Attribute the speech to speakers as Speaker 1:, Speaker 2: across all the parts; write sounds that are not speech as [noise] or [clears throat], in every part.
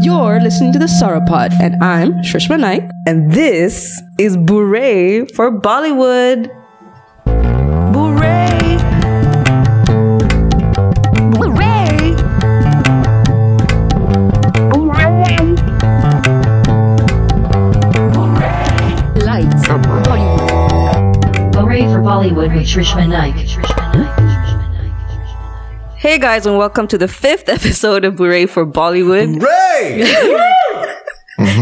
Speaker 1: You're listening to the Sorrow Pod, and I'm Shrishma Naik.
Speaker 2: And this is Bure for Bollywood. Bure. Bure.
Speaker 3: Lights. Hooray for Bollywood with Shrishma Naik.
Speaker 2: Hey guys, and welcome to the fifth [laughs] episode of Bure for Bollywood.
Speaker 4: Ray!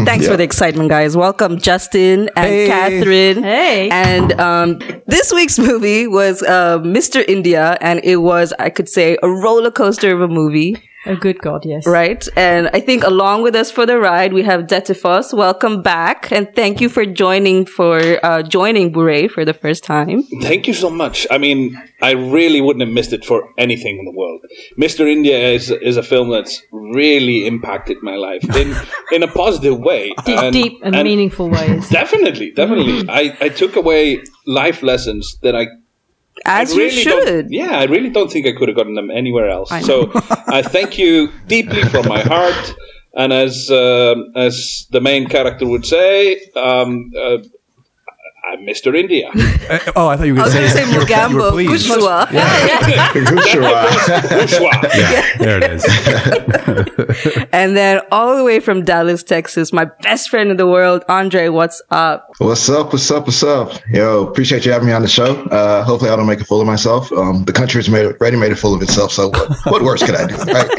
Speaker 2: Thanks for the excitement, guys. Welcome, Justin and
Speaker 4: Hey.
Speaker 2: Catherine.
Speaker 1: Hey.
Speaker 2: And um, this week's movie was uh, Mr. India, and it was, I could say, a roller coaster of a movie,
Speaker 1: Oh, good God, yes.
Speaker 2: right? And I think along with us for the ride, we have Detifos. Welcome back, and thank you for joining for uh, joining Bure for the first time.
Speaker 5: Thank you so much. I mean, I really wouldn't have missed it for anything in the world. Mr. India is is a film that's really impacted my life in in a positive way, and,
Speaker 6: deep and, meaningful
Speaker 5: [laughs]
Speaker 6: ways.
Speaker 5: Definitely, definitely. I I took away life lessons that I. I
Speaker 2: As
Speaker 5: really
Speaker 2: you
Speaker 5: don't-
Speaker 2: should.
Speaker 5: Yeah, I really don't think I could have gotten them anywhere else. so [laughs] I thank you deeply from my heart. And as um as the main character would say, um, uh, I'm Mr. India. [laughs]
Speaker 4: Uh, oh, I thought you were
Speaker 2: I
Speaker 4: going
Speaker 2: was
Speaker 4: to
Speaker 2: going to say
Speaker 4: [laughs] you were- you were
Speaker 2: Mugambo
Speaker 4: pleased.
Speaker 2: Kushwa.
Speaker 4: Kushwa.
Speaker 5: Bourgeois.
Speaker 4: yeah, there it is.
Speaker 2: And then all the way from Dallas, Texas, my best friend in the world, Andre, what's up?
Speaker 7: What's up? What's up? What's up? Yo, appreciate you having me on the show. Uh, hopefully, I don't make a fool of myself. Um, the country's made already made a fool of itself. So, what, what worse could I do? Right?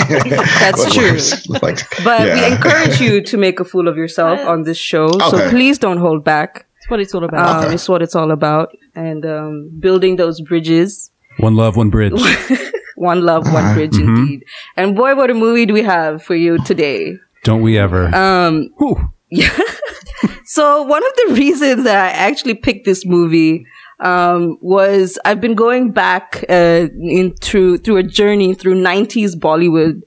Speaker 2: That's
Speaker 7: What
Speaker 2: true.
Speaker 7: worse? Like,
Speaker 2: But we
Speaker 7: yeah.
Speaker 2: encourage you to make a fool of yourself on this show. So
Speaker 7: Okay.
Speaker 2: please don't hold back.
Speaker 6: That's what it's all about.
Speaker 2: Um, It's what it's all about. And um, building those bridges.
Speaker 4: One love, one bridge.
Speaker 2: [laughs] One love, one bridge, indeed. And boy, what a movie do we have for you today.
Speaker 4: Don't we ever?
Speaker 2: Um,
Speaker 4: Whew.
Speaker 2: So one of the [laughs] reasons that I actually picked this movie um, was I've been going back uh, in through through a journey through '90s Bollywood.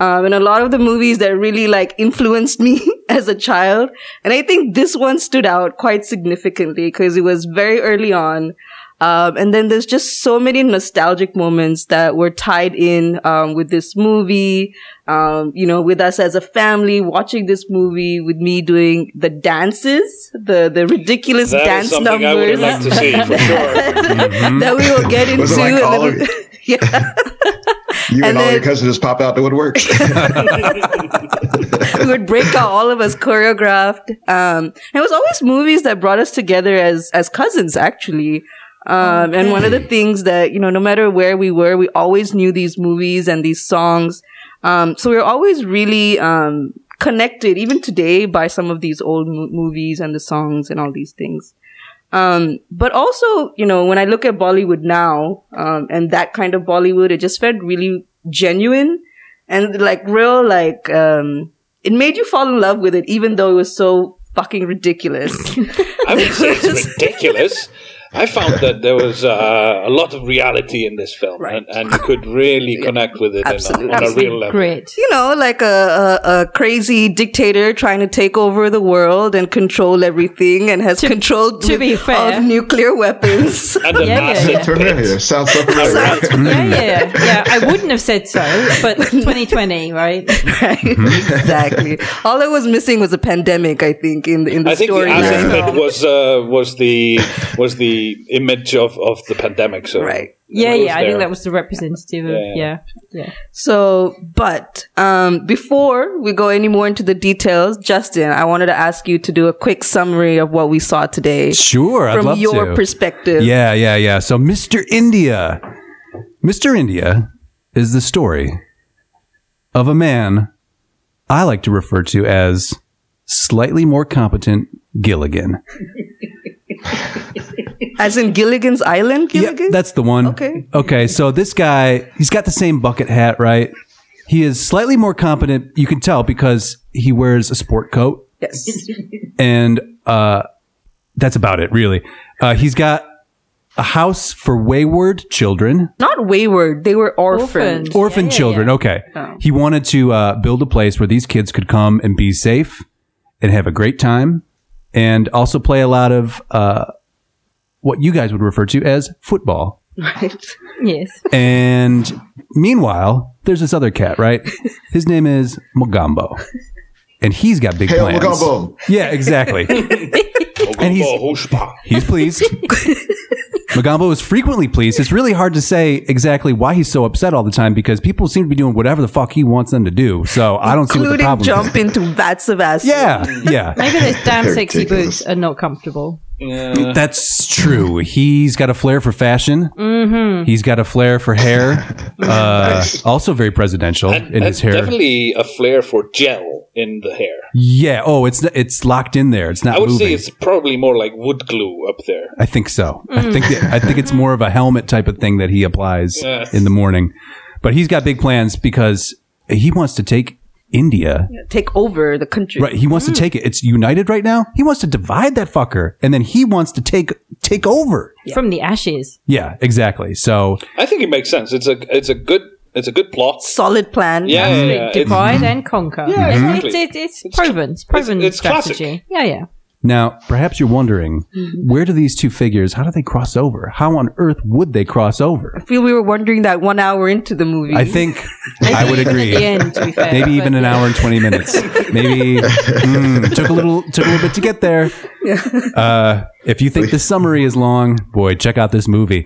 Speaker 2: Um, and a lot of the movies that really like influenced me [laughs] as a child. And I think this one stood out quite significantly because it was very early on. Um, and then there's just so many nostalgic moments that were tied in um, with this movie, um, you know, with us as a family watching this movie, with me doing the dances, the the ridiculous
Speaker 5: That is
Speaker 2: dance
Speaker 5: something I would
Speaker 2: numbers
Speaker 5: have liked to see for sure.
Speaker 2: [laughs] that we will get into.
Speaker 7: Was it like
Speaker 2: a
Speaker 7: all
Speaker 2: little-
Speaker 7: of-
Speaker 2: [laughs] yeah.
Speaker 7: you and,
Speaker 2: and
Speaker 7: all
Speaker 2: then-
Speaker 7: your cousins just pop out the woodwork.
Speaker 2: [laughs] we would break out all of us choreographed. Um, and it was always movies that brought us together as as cousins, actually. Um, and one of the things that you know, no matter where we were, we always knew these movies and these songs. Um, so we were always really um, connected, even today, by some of these old mo- movies and the songs and all these things. Um, but also, you know, when I look at Bollywood now um, and that kind of Bollywood, it just felt really genuine and like real, like um, it made you fall in love with it, even though it was so fucking
Speaker 6: [laughs]
Speaker 2: ridiculous.
Speaker 5: I would say it's ridiculous. I found that there was uh, a lot of reality in this film,
Speaker 2: Right.
Speaker 5: and, and you could really connect with it in
Speaker 2: Absolutely.
Speaker 5: a, on a
Speaker 2: Absolutely
Speaker 5: real level.
Speaker 2: [laughs]
Speaker 6: Great.
Speaker 2: you know, like a, a, a crazy dictator trying to take over the world and control everything and has controlled
Speaker 6: to be fair.
Speaker 2: of nuclear
Speaker 6: [laughs]
Speaker 2: weapons.
Speaker 5: And the
Speaker 6: Yeah, yeah,
Speaker 5: massive
Speaker 6: yeah.
Speaker 7: Familiar. Sounds so familiar.
Speaker 6: Yeah, yeah, yeah. I wouldn't have said so, [laughs] but 2020, right?
Speaker 2: right? exactly. All that was missing was a pandemic, I think, in the, in the
Speaker 5: I think the
Speaker 2: storyline.
Speaker 5: asset that was uh, was the was the image of, of the pandemic. So
Speaker 2: Right.
Speaker 6: Yeah,
Speaker 5: it
Speaker 6: yeah. I
Speaker 5: there.
Speaker 6: think that was the representative of,
Speaker 5: Yeah.
Speaker 6: yeah.
Speaker 2: So, but um, before we go any more into the details, Justin, I wanted to ask you to do a quick summary of what we saw today
Speaker 4: Sure, I'd
Speaker 2: from
Speaker 4: love
Speaker 2: your
Speaker 4: to.
Speaker 2: perspective.
Speaker 4: Yeah, yeah, yeah. So, Mr. India. Mr. India is the story of a man I like to refer to as slightly more competent Gilligan.
Speaker 2: As in Gilligan's Island, Gilligan?
Speaker 4: Yeah, that's the one.
Speaker 2: Okay.
Speaker 4: Okay. So this guy, he's got the same bucket hat, right? He is slightly more competent. You can tell because he wears a sport coat
Speaker 2: yes.
Speaker 4: and uh, that's about it, really. Uh, he's got a house for wayward children,
Speaker 2: Not wayward. They were orphaned.
Speaker 6: Orphaned.
Speaker 4: orphan
Speaker 6: yeah,
Speaker 4: children. Okay. He wanted to uh, build a place where these kids could come and be safe and have a great time and also play a lot of uh, what you guys would refer to as football.
Speaker 6: Yes.
Speaker 4: And meanwhile, there's this other cat, right? His name is Mogambo. and he's got big
Speaker 7: Hail
Speaker 4: plans.
Speaker 7: Magumbo.
Speaker 4: Yeah, exactly. And he's- He's pleased. Magambo is frequently pleased. It's really hard to say exactly why he's so upset all the time because people seem to be doing whatever the fuck he wants them to do. So I don't see what
Speaker 2: including
Speaker 4: the problem
Speaker 2: jump
Speaker 4: is.
Speaker 2: into vats of acid.
Speaker 4: Yeah, yeah.
Speaker 6: Maybe those damn
Speaker 7: They're
Speaker 6: sexy
Speaker 7: ridiculous.
Speaker 6: boots are not comfortable.
Speaker 5: Yeah.
Speaker 4: That's true. He's got a flair for fashion. Mm-hmm. He's got a flair for hair. Uh, also very presidential
Speaker 5: And-
Speaker 4: in
Speaker 5: and
Speaker 4: his hair.
Speaker 5: definitely a flair for gel in the hair.
Speaker 4: yeah. Oh, it's it's locked in there. It's not
Speaker 5: I would
Speaker 4: moving.
Speaker 5: say it's probably more like wood glue up there.
Speaker 4: I think so.
Speaker 6: Hmm.
Speaker 4: I think that, I think it's more of a helmet type of thing that he applies
Speaker 5: Yes.
Speaker 4: in the morning. But he's got big plans because he wants to take India.
Speaker 2: Take over the country.
Speaker 4: Right, he wants
Speaker 6: Hmm.
Speaker 4: to take it. It's united right now. He wants to divide that fucker, and then he wants to take take over.
Speaker 6: From the ashes.
Speaker 4: Yeah, exactly. So
Speaker 5: I think it makes sense. It's a it's a good it's a good plot.
Speaker 2: Solid plan.
Speaker 5: Yeah, yeah, yeah. It's-
Speaker 6: Divide and conquer.
Speaker 5: Yeah,
Speaker 6: It's-
Speaker 5: exactly.
Speaker 6: it's, it's, it's proven. It's proven
Speaker 5: it's classic.
Speaker 6: strategy. Yeah, yeah.
Speaker 4: now, perhaps you're wondering,
Speaker 6: Hmm.
Speaker 4: where do these two figures? How do they cross over? How on earth would they cross over?
Speaker 2: I feel we were wondering that one hour into the movie.
Speaker 4: I think I would
Speaker 6: Even
Speaker 4: agree.
Speaker 6: At the end, to be fair.
Speaker 4: maybe even
Speaker 6: But
Speaker 4: an hour and 20 minutes maybe mm, took a little took a little bit to get there uh, if you think the summary is long boy check out
Speaker 2: [laughs]
Speaker 4: this movie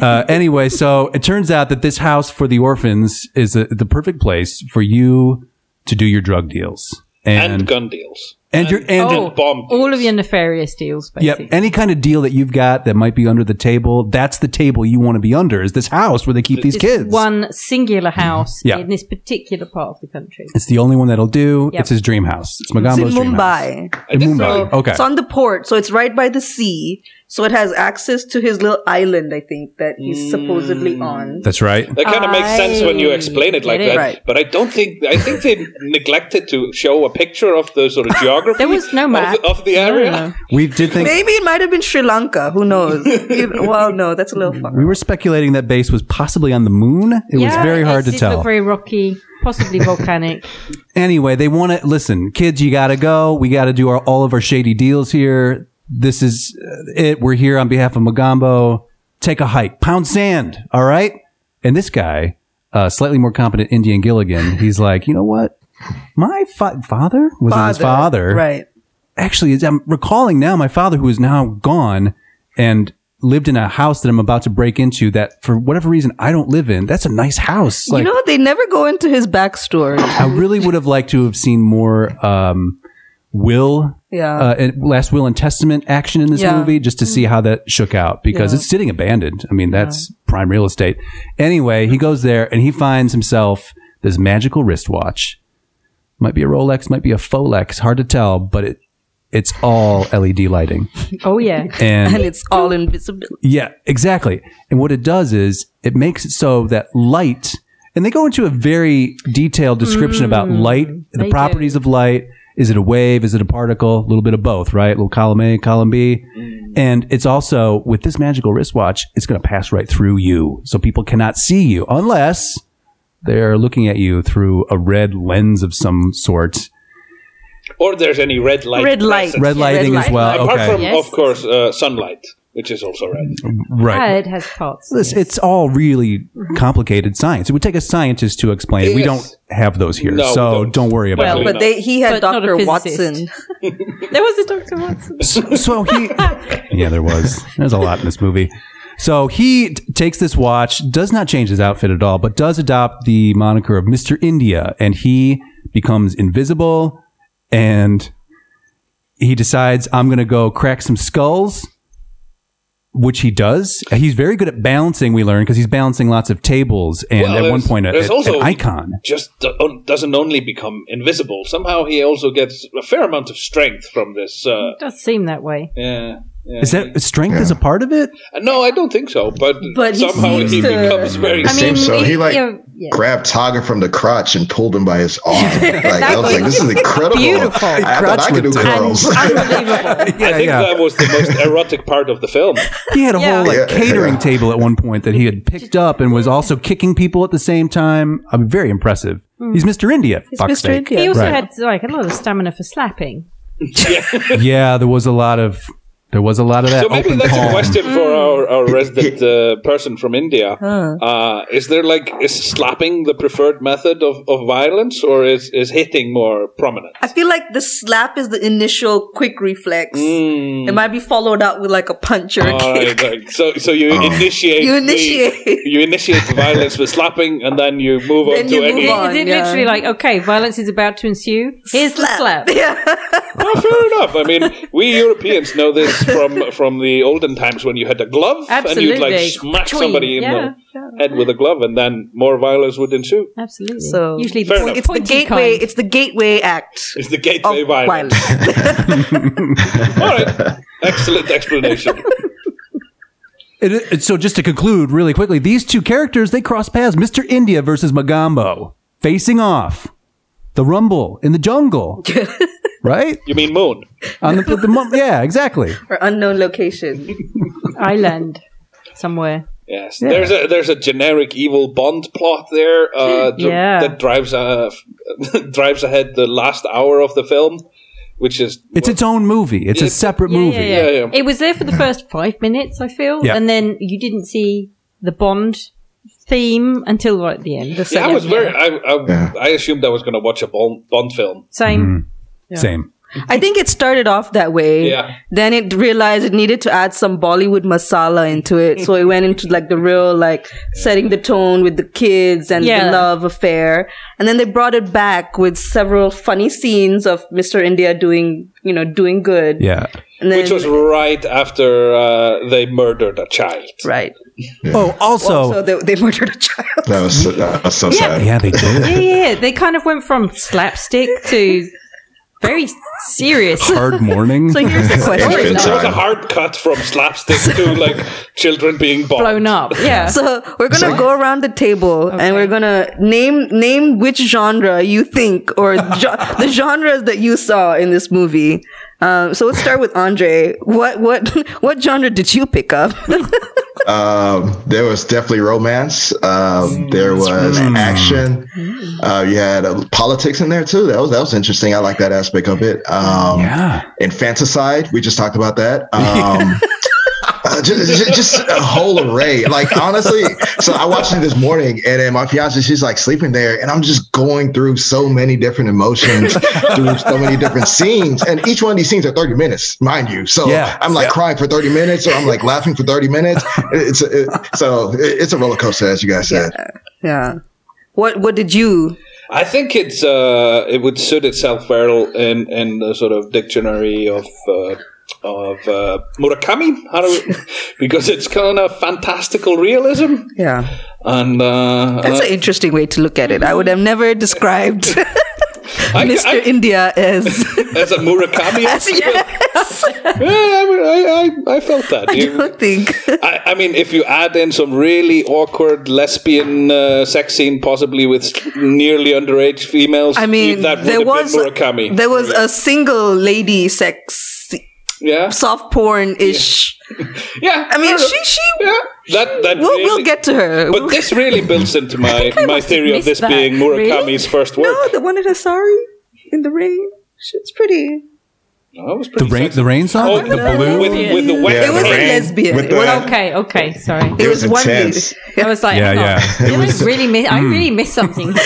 Speaker 4: uh, anyway so it turns out that this house for the orphans is the the perfect place for you to do your drug deals
Speaker 5: and,
Speaker 4: and
Speaker 5: gun deals.
Speaker 4: and your and
Speaker 6: Oh,
Speaker 5: bomb
Speaker 6: all of
Speaker 5: deals.
Speaker 6: your nefarious deals,
Speaker 4: Yep.
Speaker 6: basically.
Speaker 4: Any kind of deal that you've got that might be under the table, that's the table you want to be under. Is this house where they keep these
Speaker 6: Just
Speaker 4: kids?
Speaker 6: One singular house
Speaker 4: Yeah.
Speaker 6: in this particular part of the country.
Speaker 4: It's the only one that'll do.
Speaker 6: Yep.
Speaker 4: It's his dream house. It's
Speaker 2: it's in
Speaker 4: Magambo's dream house.
Speaker 2: Mumbai.
Speaker 5: I just
Speaker 4: Mumbai.
Speaker 5: saw-
Speaker 4: Okay.
Speaker 2: It's on the port, so it's right by the sea. So it has access to his little island, I think, that he's supposedly
Speaker 6: Mm.
Speaker 2: on.
Speaker 4: That's right.
Speaker 5: That kind of makes sense when you explain it like
Speaker 6: get it.
Speaker 5: that.
Speaker 2: Right.
Speaker 5: But I don't think I think they neglected to show a picture of the sort of geography.
Speaker 6: There was no
Speaker 5: of
Speaker 6: map.
Speaker 5: the- of, the area.
Speaker 4: We did think
Speaker 2: Maybe it might have been Sri Lanka. Who
Speaker 6: [laughs]
Speaker 2: knows? You know- well, no, that's a little
Speaker 4: we
Speaker 2: far.
Speaker 4: were speculating that base was possibly on the moon. It was very hard to
Speaker 6: it
Speaker 4: tell.
Speaker 6: Looked very rocky, possibly volcanic.
Speaker 4: anyway, they want to listen, kids. You got to go. We got to do our, all of our shady deals here. This is uh, it. We're here on behalf of Magambo. Take a hike, pound sand. All right. And this guy, uh, slightly more competent Indian Gilligan, he's like, you know what? My fa- father was on his father,
Speaker 2: Right.
Speaker 4: actually, as I'm recalling now, my father, who is now gone and lived in a house that I'm about to break into, that for whatever reason I don't live in. That's a nice house.
Speaker 2: you
Speaker 4: Like,
Speaker 2: know, they never go into his backstory.
Speaker 4: I really would have liked to have seen more um, will,
Speaker 2: Yeah.
Speaker 4: uh, and last will and testament action in this
Speaker 2: Yeah.
Speaker 4: movie, just to see how that shook out because it's sitting abandoned. I mean, that's prime real estate. Anyway, he goes there and he finds himself this magical wristwatch. Might be a Rolex, might be a Folex, hard to tell, but it it's all LED lighting.
Speaker 6: Oh yeah,
Speaker 2: [laughs]
Speaker 4: And,
Speaker 2: and it's all invisible.
Speaker 4: yeah, exactly. And what it does is it makes it so that light, and they go into a very detailed description about light, the
Speaker 6: they
Speaker 4: properties of light. Is it a wave? Is it a particle? A little bit of both, right? A little column A, column B. And it's also with this magical wristwatch, it's going to pass right through you. So people cannot see you unless they're looking at you through a red lens of some sort.
Speaker 5: Or there's any red light.
Speaker 2: Red light.
Speaker 5: present.
Speaker 4: Red
Speaker 2: Yeah,
Speaker 4: lighting
Speaker 2: red
Speaker 4: as
Speaker 2: light.
Speaker 4: well.
Speaker 5: Apart
Speaker 4: Okay.
Speaker 5: from,
Speaker 6: Yes.
Speaker 5: of course, uh, sunlight, which is also red.
Speaker 4: Right.
Speaker 6: Yeah, it has parts.
Speaker 4: Listen, it's all really complicated science. It would take a scientist to explain it. We
Speaker 5: Yes.
Speaker 4: don't have those here,
Speaker 5: No, we
Speaker 4: so
Speaker 5: don't.
Speaker 4: don't. worry about
Speaker 5: Well,
Speaker 4: it.
Speaker 2: But they, he had
Speaker 6: But not a
Speaker 2: Dr.
Speaker 6: physicist.
Speaker 2: Watson.
Speaker 6: [laughs] There was a Doctor Watson.
Speaker 4: So, so he, [laughs] yeah, there was. There's a lot in this movie. So he t- takes this watch, does not change his outfit at all, but does adopt the moniker of Mister India, and he becomes invisible, and he decides I'm going to go crack some skulls. Which he does. He's very good at balancing. We learn because he's balancing lots of tables, and
Speaker 5: Well,
Speaker 4: at one
Speaker 5: there's-
Speaker 4: point, a-
Speaker 5: there's
Speaker 4: a-
Speaker 5: also-
Speaker 4: an icon.
Speaker 5: Just do- doesn't only become invisible. Somehow he also gets a fair amount of strength from this. Uh,
Speaker 6: It does seem that way.
Speaker 5: yeah. yeah.
Speaker 4: Is that strength is a part of it?
Speaker 5: Uh, No, I don't think so. But,
Speaker 2: But he
Speaker 5: somehow
Speaker 2: seems
Speaker 5: he
Speaker 2: to-
Speaker 5: becomes very.
Speaker 7: I mean- Seems so.
Speaker 6: it-
Speaker 7: He, like,
Speaker 6: yeah, yeah.
Speaker 7: Grabbed Tiger from the crotch and pulled him by his arm. Like I was like, this is incredible.
Speaker 6: Beautiful.
Speaker 7: I thought I could do
Speaker 4: Crotch
Speaker 6: and
Speaker 7: curls.
Speaker 6: unbelievable.
Speaker 5: [laughs] I think that was the most erotic part of the film.
Speaker 4: He had a
Speaker 6: Yeah.
Speaker 4: whole like
Speaker 7: Yeah,
Speaker 4: catering
Speaker 7: yeah.
Speaker 4: table at one point that he had picked up and was also kicking people at the same time. I'm very impressive. He's Mr. India. fuck's
Speaker 2: Mr.
Speaker 4: sake.
Speaker 6: He
Speaker 2: India.
Speaker 6: also
Speaker 4: Right.
Speaker 6: had like a lot of stamina for slapping.
Speaker 4: Yeah, there was a lot of There was a lot of that.
Speaker 5: So maybe
Speaker 4: Uh, open
Speaker 5: that's
Speaker 4: palm.
Speaker 5: a question for
Speaker 2: Hmm.
Speaker 5: our, our resident uh, person from India. Uh, is there like is slapping the preferred method of, of violence, or is, is hitting more prominent?
Speaker 2: I feel like the slap is the initial quick reflex.
Speaker 6: Mm.
Speaker 2: It might be followed up with like a punch or a
Speaker 6: Oh,
Speaker 5: All
Speaker 2: kick.
Speaker 5: right, like, so so you initiate
Speaker 2: You
Speaker 5: the-
Speaker 2: initiate.
Speaker 5: you initiate the violence with slapping, and then you move
Speaker 2: Then
Speaker 5: on to
Speaker 2: you move
Speaker 5: any.
Speaker 2: on.
Speaker 6: Is it
Speaker 2: yeah.
Speaker 6: literally like, okay, violence is about to ensue?
Speaker 2: [laughs]
Speaker 6: Here's the slap.
Speaker 5: Oh, fair enough. I mean, we Europeans know
Speaker 2: [laughs]
Speaker 5: this from from the olden times when you had a glove and you'd like
Speaker 6: Absolutely.
Speaker 5: smack
Speaker 6: Twing.
Speaker 5: somebody in
Speaker 6: Yeah,
Speaker 5: the head with a glove, and then more violence would ensue.
Speaker 6: Absolutely.
Speaker 2: So-
Speaker 6: Usually
Speaker 5: Fair
Speaker 6: the point,
Speaker 5: enough.
Speaker 2: It's the gateway. It's the gateway act
Speaker 5: It's the gateway
Speaker 2: of
Speaker 5: violence.
Speaker 2: violence.
Speaker 5: [laughs] All right, excellent explanation.
Speaker 4: It- it- so just to conclude really quickly, these two characters they cross paths: Mr. India versus Magambo, facing off. The rumble in the jungle, right?
Speaker 5: You mean moon?
Speaker 4: On the, the mon- yeah, exactly.
Speaker 2: or unknown location.
Speaker 6: Island somewhere.
Speaker 5: Yes. There's a there's a generic evil Bond plot there uh, dr-
Speaker 6: Yeah.
Speaker 5: that drives uh, [laughs] drives ahead the last hour of the film, which is
Speaker 4: It's its own movie. It's a separate movie.
Speaker 5: yeah. Yeah, yeah.
Speaker 6: It was there
Speaker 4: [clears throat]
Speaker 6: for the first five minutes, I feel,
Speaker 4: Yeah.
Speaker 6: and then you didn't see the Bond theme until right at the end. The
Speaker 5: Yeah, I
Speaker 6: second-
Speaker 5: was very. I I,
Speaker 7: Yeah.
Speaker 5: I assumed I was going to watch a Bond, Bond film.
Speaker 6: same.
Speaker 4: Same.
Speaker 2: I think it started off that way.
Speaker 5: Yeah.
Speaker 2: Then it realized it needed to add some Bollywood masala into it, so it went into like the real like setting the tone with the kids and
Speaker 6: Yeah.
Speaker 2: the love affair. And then they brought it back with several funny scenes of Mr. India doing you know doing good.
Speaker 4: Yeah.
Speaker 2: And then
Speaker 5: Which was right after uh, they murdered a child.
Speaker 2: right.
Speaker 4: Oh, also,
Speaker 2: So they, they murdered a child.
Speaker 7: [laughs]
Speaker 4: [laughs]
Speaker 7: That was so, that was so sad.
Speaker 4: yeah, they did.
Speaker 6: Yeah, yeah, yeah. They kind of went from slapstick to very
Speaker 4: [laughs]
Speaker 6: serious. [laughs]
Speaker 4: Hard morning.
Speaker 2: So here's the
Speaker 7: It's
Speaker 2: question.
Speaker 7: been
Speaker 5: It was a
Speaker 7: time.
Speaker 5: hard cut from slapstick to like children being bombed.
Speaker 6: blown up. Yeah.
Speaker 2: [laughs] So we're gonna go around the table and we're gonna name name which genre you think [laughs] or gen- the genres that you saw in this movie. Um, so let's start with Andre. What what [laughs] what genre did you pick up? [laughs]
Speaker 7: Um, there was definitely romance. Um, there was action. Uh, you had uh, politics in there too. That was that was interesting. I like that aspect of it. Um,
Speaker 4: yeah.
Speaker 7: infanticide. We just talked
Speaker 4: [laughs]
Speaker 7: about that. Um, uh, ju- ju- just, a whole array. Like honestly, so I watched it this morning, and then my fiance she's like sleeping there, and I'm just going through so many different emotions through so many different scenes, and each one of these scenes are 30 minutes, mind you. So
Speaker 4: Yeah.
Speaker 7: I'm like crying for 30 minutes, or I'm like laughing for 30 minutes. It's a, it- so it- it's a roller coaster, as you guys said.
Speaker 2: yeah. What what did you?
Speaker 5: I think it's uh, it would suit itself well in in the sort of dictionary of uh, of uh, Murakami, how do
Speaker 2: [laughs]
Speaker 5: we, because it's kind of fantastical realism,
Speaker 2: Yeah,
Speaker 5: and uh,
Speaker 2: that's
Speaker 5: uh,
Speaker 2: an interesting way to look at it. I would have never described
Speaker 5: [laughs]
Speaker 2: [laughs]
Speaker 5: I-
Speaker 2: Mr.
Speaker 5: I-
Speaker 2: India
Speaker 5: [laughs]
Speaker 2: as.
Speaker 5: as a
Speaker 2: [laughs]
Speaker 5: Murakami.
Speaker 2: as yes,
Speaker 5: yeah, I, mean, I, I, I felt that.
Speaker 2: I
Speaker 5: You-
Speaker 2: don't think.
Speaker 5: I, I mean, if you add in some really awkward lesbian uh, sex scene, possibly with nearly underage females,
Speaker 2: I mean,
Speaker 5: that
Speaker 2: there
Speaker 5: would
Speaker 2: was
Speaker 5: have been Murakami.
Speaker 2: there was a single lady sex
Speaker 5: yeah,
Speaker 2: soft porn ish.
Speaker 5: yeah.
Speaker 2: I mean,
Speaker 5: yeah.
Speaker 2: she she.
Speaker 5: yeah. That that
Speaker 2: We'll, we'll
Speaker 5: really-
Speaker 2: get to her.
Speaker 5: But this really
Speaker 2: [laughs]
Speaker 5: builds into my my theory of
Speaker 6: missed
Speaker 5: this
Speaker 6: that.
Speaker 5: being
Speaker 6: Really?
Speaker 5: Murakami's first work.
Speaker 2: no, the one in Asari in the rain. It's pretty.
Speaker 5: That was
Speaker 4: The
Speaker 5: pretty
Speaker 4: rain,
Speaker 5: sexy.
Speaker 4: the rain song,
Speaker 5: Oh,
Speaker 4: the balloon.
Speaker 5: with, with the wet
Speaker 7: Yeah,
Speaker 2: It was a
Speaker 5: rain.
Speaker 2: lesbian.
Speaker 7: With the-
Speaker 2: Well,
Speaker 6: Okay, okay, sorry.
Speaker 2: it
Speaker 7: It
Speaker 2: was
Speaker 7: was
Speaker 2: one lady.
Speaker 7: intense.
Speaker 6: I was like,
Speaker 4: Yeah,
Speaker 6: hang on.
Speaker 4: yeah. Mm.
Speaker 6: Did I really miss, I really missed something. [laughs]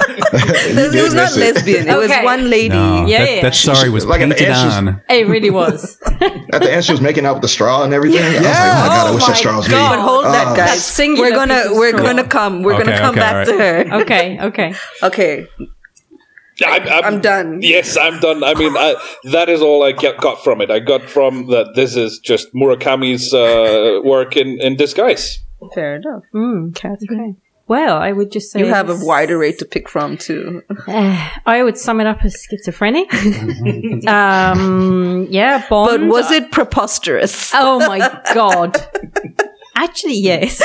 Speaker 2: It was not lesbian. It was
Speaker 6: Okay.
Speaker 2: one lady.
Speaker 4: No,
Speaker 6: Yeah,
Speaker 4: that,
Speaker 6: yeah.
Speaker 4: that sorry was
Speaker 7: Like an
Speaker 4: painted
Speaker 7: inches-
Speaker 4: on.
Speaker 6: It really was.
Speaker 7: At the end, she was making out with the straw and everything. I was like, oh my god, I wish that Oh. straw was me. Uh,
Speaker 2: But hold that,
Speaker 6: That
Speaker 2: guys.
Speaker 6: singular
Speaker 2: We're gonna
Speaker 6: piece of
Speaker 2: we're
Speaker 6: straw.
Speaker 2: gonna come. We're gonna
Speaker 4: Okay,
Speaker 2: come
Speaker 4: okay,
Speaker 2: back to her.
Speaker 6: Okay, okay.
Speaker 2: Okay.
Speaker 5: I'm,
Speaker 2: I'm done.
Speaker 5: Yes, I'm done. I mean, I, that is all I get, got from it. I got from that this is just Murakami's uh, work in, in disguise.
Speaker 2: Fair enough.
Speaker 6: Mm, okay. Well, I would just say
Speaker 2: You have a
Speaker 6: this-
Speaker 2: wide array to pick from too.
Speaker 6: I would sum it up as schizophrenic. [laughs]
Speaker 7: Mm-hmm.
Speaker 6: um, yeah,
Speaker 2: But
Speaker 6: Bond.
Speaker 2: was it preposterous?
Speaker 6: Oh my god. Actually, yes.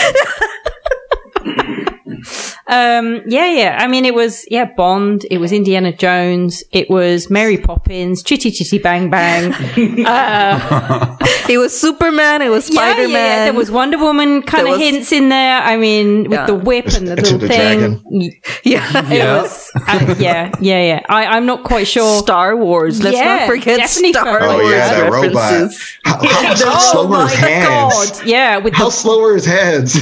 Speaker 6: Um, yeah, yeah. I mean, it was yeah Bond. It was Indiana Jones. It was Mary Poppins. Chitty Chitty
Speaker 2: [laughs]
Speaker 6: Bang Bang.
Speaker 2: It was Superman. It was
Speaker 6: Yeah,
Speaker 2: Spider Man.
Speaker 6: There was Wonder Woman kind
Speaker 2: There
Speaker 6: of
Speaker 2: was-
Speaker 6: hints in there. I mean, with
Speaker 2: Yeah.
Speaker 6: the whip and the
Speaker 7: Enter
Speaker 6: little
Speaker 7: the
Speaker 6: thing.
Speaker 7: Dragon.
Speaker 6: Y-
Speaker 2: [laughs] yeah.
Speaker 6: It
Speaker 4: Yeah.
Speaker 6: was, uh, yeah, yeah, yeah. I, I'm not quite sure.
Speaker 2: Star Wars. Let's
Speaker 6: Yeah,
Speaker 2: not forget
Speaker 6: definitely
Speaker 2: Star
Speaker 6: Star
Speaker 2: Wars
Speaker 7: Oh yeah, that robot.
Speaker 2: references.
Speaker 7: How, how was that slow were his hands?
Speaker 6: God, yeah. With
Speaker 7: How
Speaker 6: the,
Speaker 7: slow were his hands? [laughs]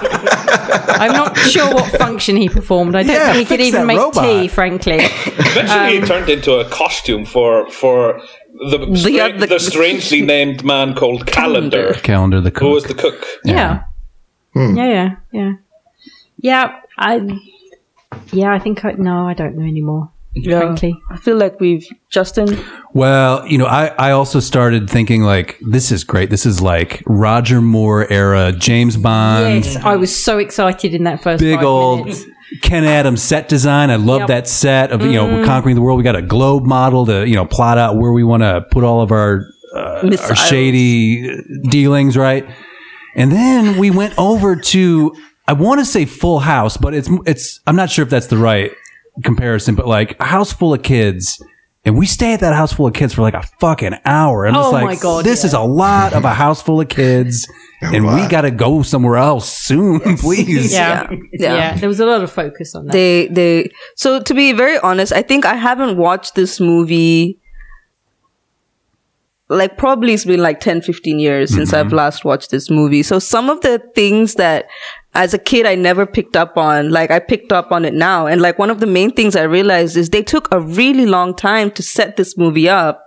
Speaker 6: I'm not sure what function he performed. I don't
Speaker 4: Yeah,
Speaker 6: think he could
Speaker 4: fix that
Speaker 6: even make
Speaker 4: robot.
Speaker 6: tea, frankly.
Speaker 5: Eventually, he turned into a costume for for the stra-
Speaker 2: yeah,
Speaker 5: the,
Speaker 2: Um, the- [laughs]
Speaker 5: strangely named man called Calendar,
Speaker 4: Calendar the
Speaker 5: who was
Speaker 4: cook.
Speaker 5: the cook.
Speaker 6: Yeah.
Speaker 4: Hmm.
Speaker 6: Yeah, yeah, yeah. Yeah, I. Yeah, I think I. No, I don't know anymore. Frankly.
Speaker 2: I feel like we've Justin.
Speaker 4: Well, you know, I, I also started thinking like this is great. This is like Roger Moore era James Bond,
Speaker 6: Yes, I was so excited in that first
Speaker 4: Hmm. big
Speaker 6: five
Speaker 4: old
Speaker 6: minutes.
Speaker 4: Ken Adams set design. I love that set of you know
Speaker 6: Mm-hmm.
Speaker 4: we're conquering the world. We got a globe model to you know plot out where we want to put all of our uh, our shady uh, dealings, right? And then we went over to I want to say Full House, but it's it's I'm not sure if that's the right comparison, but like a house full of kids. And we stay at that house full of kids for like a fucking hour. And
Speaker 6: Oh
Speaker 4: it's
Speaker 6: my
Speaker 4: like,
Speaker 6: God,
Speaker 4: this is a lot of a house full of kids. and we
Speaker 7: lot.
Speaker 4: got to go somewhere else soon, [laughs] please.
Speaker 6: Yeah.
Speaker 2: Yeah.
Speaker 6: Yeah. There was a lot of focus on that.
Speaker 2: They they so to be very honest, I think I haven't watched this movie like probably it's been like 10 15 years since I've last watched this movie. So some of the things that as a kid I never picked up on, like I picked up on it now. And like one of the main things I realized is they took a really long time to set this movie up.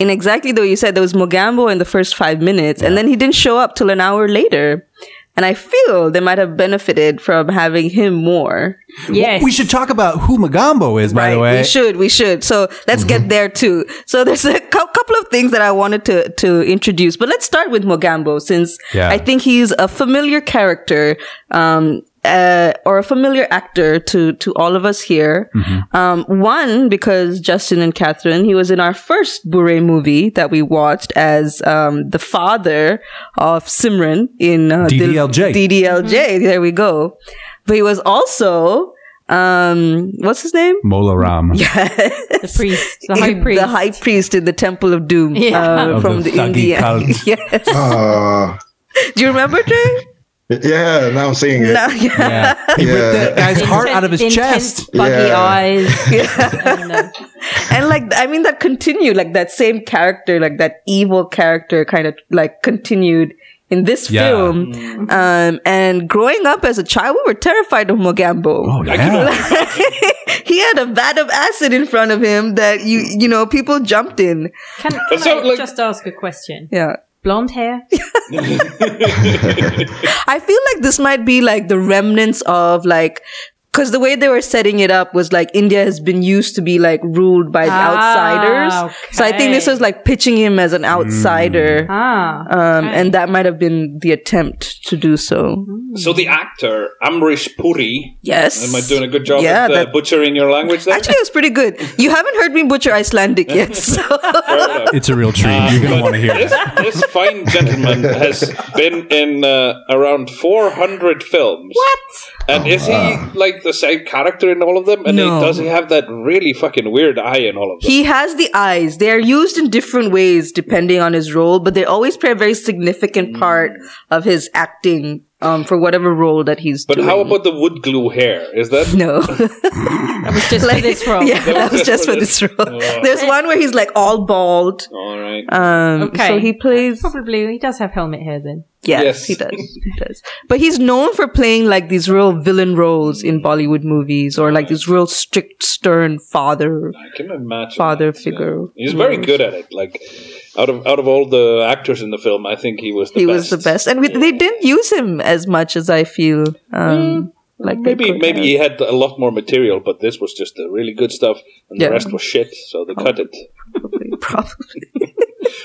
Speaker 2: In exactly the way you said, there was Mogambo in the first five minutes, and then he didn't show up till an hour later. And I feel they might have benefited from having him more.
Speaker 6: yes.
Speaker 4: We should talk about who Magambo is, by the way. Mm-hmm.
Speaker 2: We should, we should. So let's get there too. So there's a cou- couple of things that I wanted to to introduce, but let's start with Mogambo since
Speaker 4: Yeah.
Speaker 2: I think he's a familiar character. Um, uh, or a familiar actor to to all of us here.
Speaker 4: Mm-hmm.
Speaker 2: Um, one because Justin and Catherine, he was in our first Bure movie that we watched as um, the father of Simran in uh, Dil-
Speaker 4: DDLJ.
Speaker 2: DDLJ. There we go. But he was also um, what's his name?
Speaker 4: Mola Ram.
Speaker 6: the priest, the high priest.
Speaker 2: the high priest in the Temple of Doom
Speaker 6: Yeah.
Speaker 2: uh,
Speaker 4: Of
Speaker 2: from
Speaker 4: the
Speaker 2: the,
Speaker 4: thuggy
Speaker 2: India. [laughs]
Speaker 4: cult.
Speaker 2: Yes.
Speaker 7: Uh,
Speaker 2: Do you remember, Trey?
Speaker 7: yeah, now I'm seeing it.
Speaker 2: No, yeah.
Speaker 4: Yeah. He ripped that guy's heart out of his
Speaker 6: Intense
Speaker 4: chest.
Speaker 6: Buggy
Speaker 7: Yeah.
Speaker 6: eyes.
Speaker 2: And like, I mean, that continued, like that same character, like that evil character kind of like continued in this
Speaker 4: Yeah. Mm.
Speaker 2: film. Um, and growing up as a child, we were terrified of Mogambo.
Speaker 4: Oh, [laughs] yeah.
Speaker 2: He had a vat of acid in front of him that you, you know, people jumped in.
Speaker 6: Can, can
Speaker 5: So,
Speaker 6: I
Speaker 5: like-
Speaker 6: just ask a question?
Speaker 2: Yeah.
Speaker 6: Blonde hair?
Speaker 2: I feel like this might be like the remnants of like because the way they were setting it up was like India has been used to be like ruled by the outsiders. So I think this
Speaker 6: okay.
Speaker 2: was like pitching him as
Speaker 5: Hmm.
Speaker 2: an outsider.
Speaker 6: Ah.
Speaker 2: Um, And that might have been the attempt to do so.
Speaker 5: So the actor Amrish Puri.
Speaker 2: Yes.
Speaker 5: Am I doing a good job
Speaker 2: Yeah,
Speaker 5: at uh,
Speaker 2: that-
Speaker 5: butchering your language? There?
Speaker 2: Actually, it was pretty good. You haven't heard me butcher Icelandic
Speaker 5: [laughs]
Speaker 2: yet. So.
Speaker 5: Fair enough.
Speaker 4: It's a real
Speaker 5: Uh,
Speaker 4: treat. You're going to want to hear
Speaker 5: Um, this,
Speaker 4: that.
Speaker 5: this fine gentleman has been in uh, around 400 films. What? And is he like the same character in all of them? And
Speaker 4: No.
Speaker 5: he, does he have that really fucking weird eye in all of them?
Speaker 2: He has the eyes. They are used in different ways depending on his role, but they always play a very
Speaker 5: Hmm.
Speaker 2: significant part of his acting um, for whatever role that he's
Speaker 5: but
Speaker 2: doing.
Speaker 5: how about the wood glue hair? Is
Speaker 2: [laughs]
Speaker 5: that
Speaker 2: no,
Speaker 6: That was just for
Speaker 2: [laughs]
Speaker 6: this role.
Speaker 2: yeah, that was just for this role. There's one where he's like all bald.
Speaker 5: all right?
Speaker 2: Um,
Speaker 6: Okay.
Speaker 2: So he plays.
Speaker 6: Probably he does have helmet hair then.
Speaker 2: Yes,
Speaker 5: Yes.
Speaker 2: he does. He does. But he's known for playing like these real villain roles in Bollywood movies, or like this real strict, stern father
Speaker 5: I can imagine.
Speaker 2: father
Speaker 5: that, yeah.
Speaker 2: figure.
Speaker 5: He's very good at it. Like out of out of all the actors in the film, I think he was the
Speaker 2: He was
Speaker 5: best.
Speaker 2: the best, and we, they didn't use him as much as I feel. Um, like they
Speaker 5: Mm, Maybe
Speaker 2: could
Speaker 5: maybe
Speaker 2: have.
Speaker 5: he had a lot more material, but this was just the really good stuff, and
Speaker 2: Yeah.
Speaker 5: [laughs] the rest was shit. So they cut it.
Speaker 2: probably.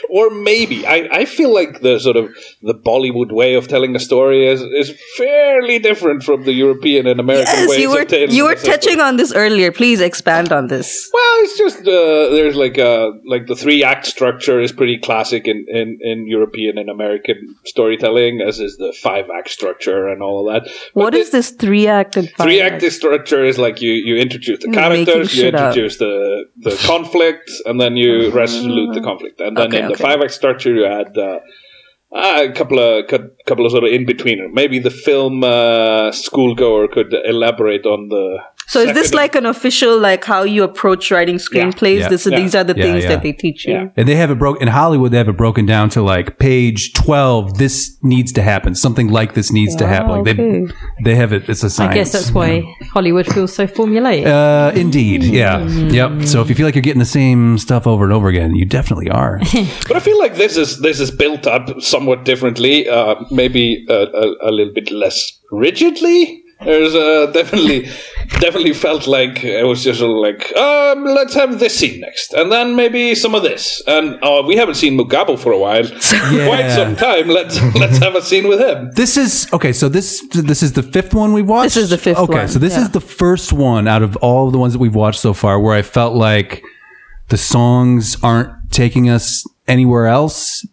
Speaker 5: or maybe I, I feel like the sort of the Bollywood way of telling a story is, is fairly different from the European and American
Speaker 2: Yes,
Speaker 5: ways
Speaker 2: you were
Speaker 5: of telling.
Speaker 2: you were
Speaker 5: a story.
Speaker 2: touching on this earlier. Please expand on this.
Speaker 5: Well, it's just uh, there's like uh like the three act structure is pretty classic in, in, in European and American storytelling, as is the five act structure and all of that. But
Speaker 2: What is this three act and five
Speaker 5: Three act structure is like you, you introduce the
Speaker 2: You're making
Speaker 5: characters, you
Speaker 2: shit up.
Speaker 5: introduce the, the
Speaker 2: [laughs]
Speaker 5: conflict, and then you resolute the conflict. And then
Speaker 2: Okay,
Speaker 5: in the
Speaker 2: okay.
Speaker 5: five act structure, you had uh, uh, a couple of cou- couple of sort of in betweener. Maybe the film uh, schoolgoer could elaborate on the.
Speaker 2: So is this
Speaker 5: second-
Speaker 2: like an official like how you approach writing screenplays?
Speaker 4: Yeah.
Speaker 2: This
Speaker 5: Yeah.
Speaker 2: these are the
Speaker 4: Yeah,
Speaker 2: things
Speaker 4: yeah.
Speaker 2: that they teach you.
Speaker 5: Yeah.
Speaker 4: And they have it broke in Hollywood. They have it broken down to like page twelve. This needs to happen. Something like this needs to happen. Like they,
Speaker 6: okay.
Speaker 4: they have it. It's a science.
Speaker 6: I guess that's why Hollywood feels so formulaic.
Speaker 4: Uh, indeed. Yeah. Yep. So if you feel like you're getting the same stuff over and over again, you definitely are.
Speaker 5: But I feel like this is this is built up somewhat differently, uh, maybe a, a, a little bit less rigidly. There's uh, [laughs] definitely definitely felt like it was just sort of like um, let's have this scene next, and then maybe some of this, and uh, we haven't seen Mugabe for a while, quite
Speaker 4: Yeah.
Speaker 5: some time. Let's let's have a scene with him.
Speaker 4: This is okay. So this this is the fifth one we watched.
Speaker 2: This is the fifth
Speaker 4: Okay,
Speaker 2: one,
Speaker 4: so this
Speaker 2: yeah.
Speaker 4: is the first one out of all the ones that we've watched so far where I felt like the songs aren't taking us anywhere else.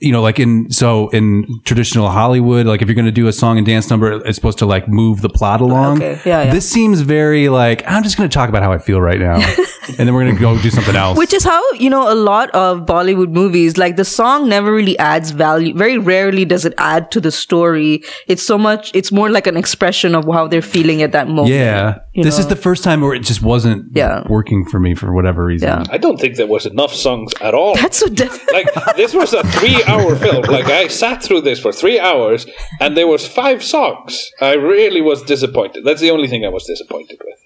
Speaker 4: You know, like in so in traditional Hollywood, like if you're going to do a song and dance number, it's supposed to like move the plot along.
Speaker 2: Okay, yeah, yeah.
Speaker 4: This seems very like I'm just going to talk about how I feel right
Speaker 2: [laughs]
Speaker 4: now, and then we're going to go do something else.
Speaker 2: Which is how, you know, a lot of Bollywood movies, like the song never really adds value. Very rarely does it add to the story. It's so much, it's more like an expression of how they're feeling at that moment.
Speaker 4: yeah,
Speaker 2: you
Speaker 4: this is
Speaker 2: know.
Speaker 4: the first time where it just wasn't
Speaker 2: Yeah.
Speaker 4: working for me for whatever reason. [laughs]
Speaker 2: Yeah.
Speaker 5: I don't think there was enough songs at all.
Speaker 2: That's so def-
Speaker 5: like this was a three-hour film. Like I sat through this for three hours, and there was five songs. I really was disappointed. That's the only thing I was disappointed with.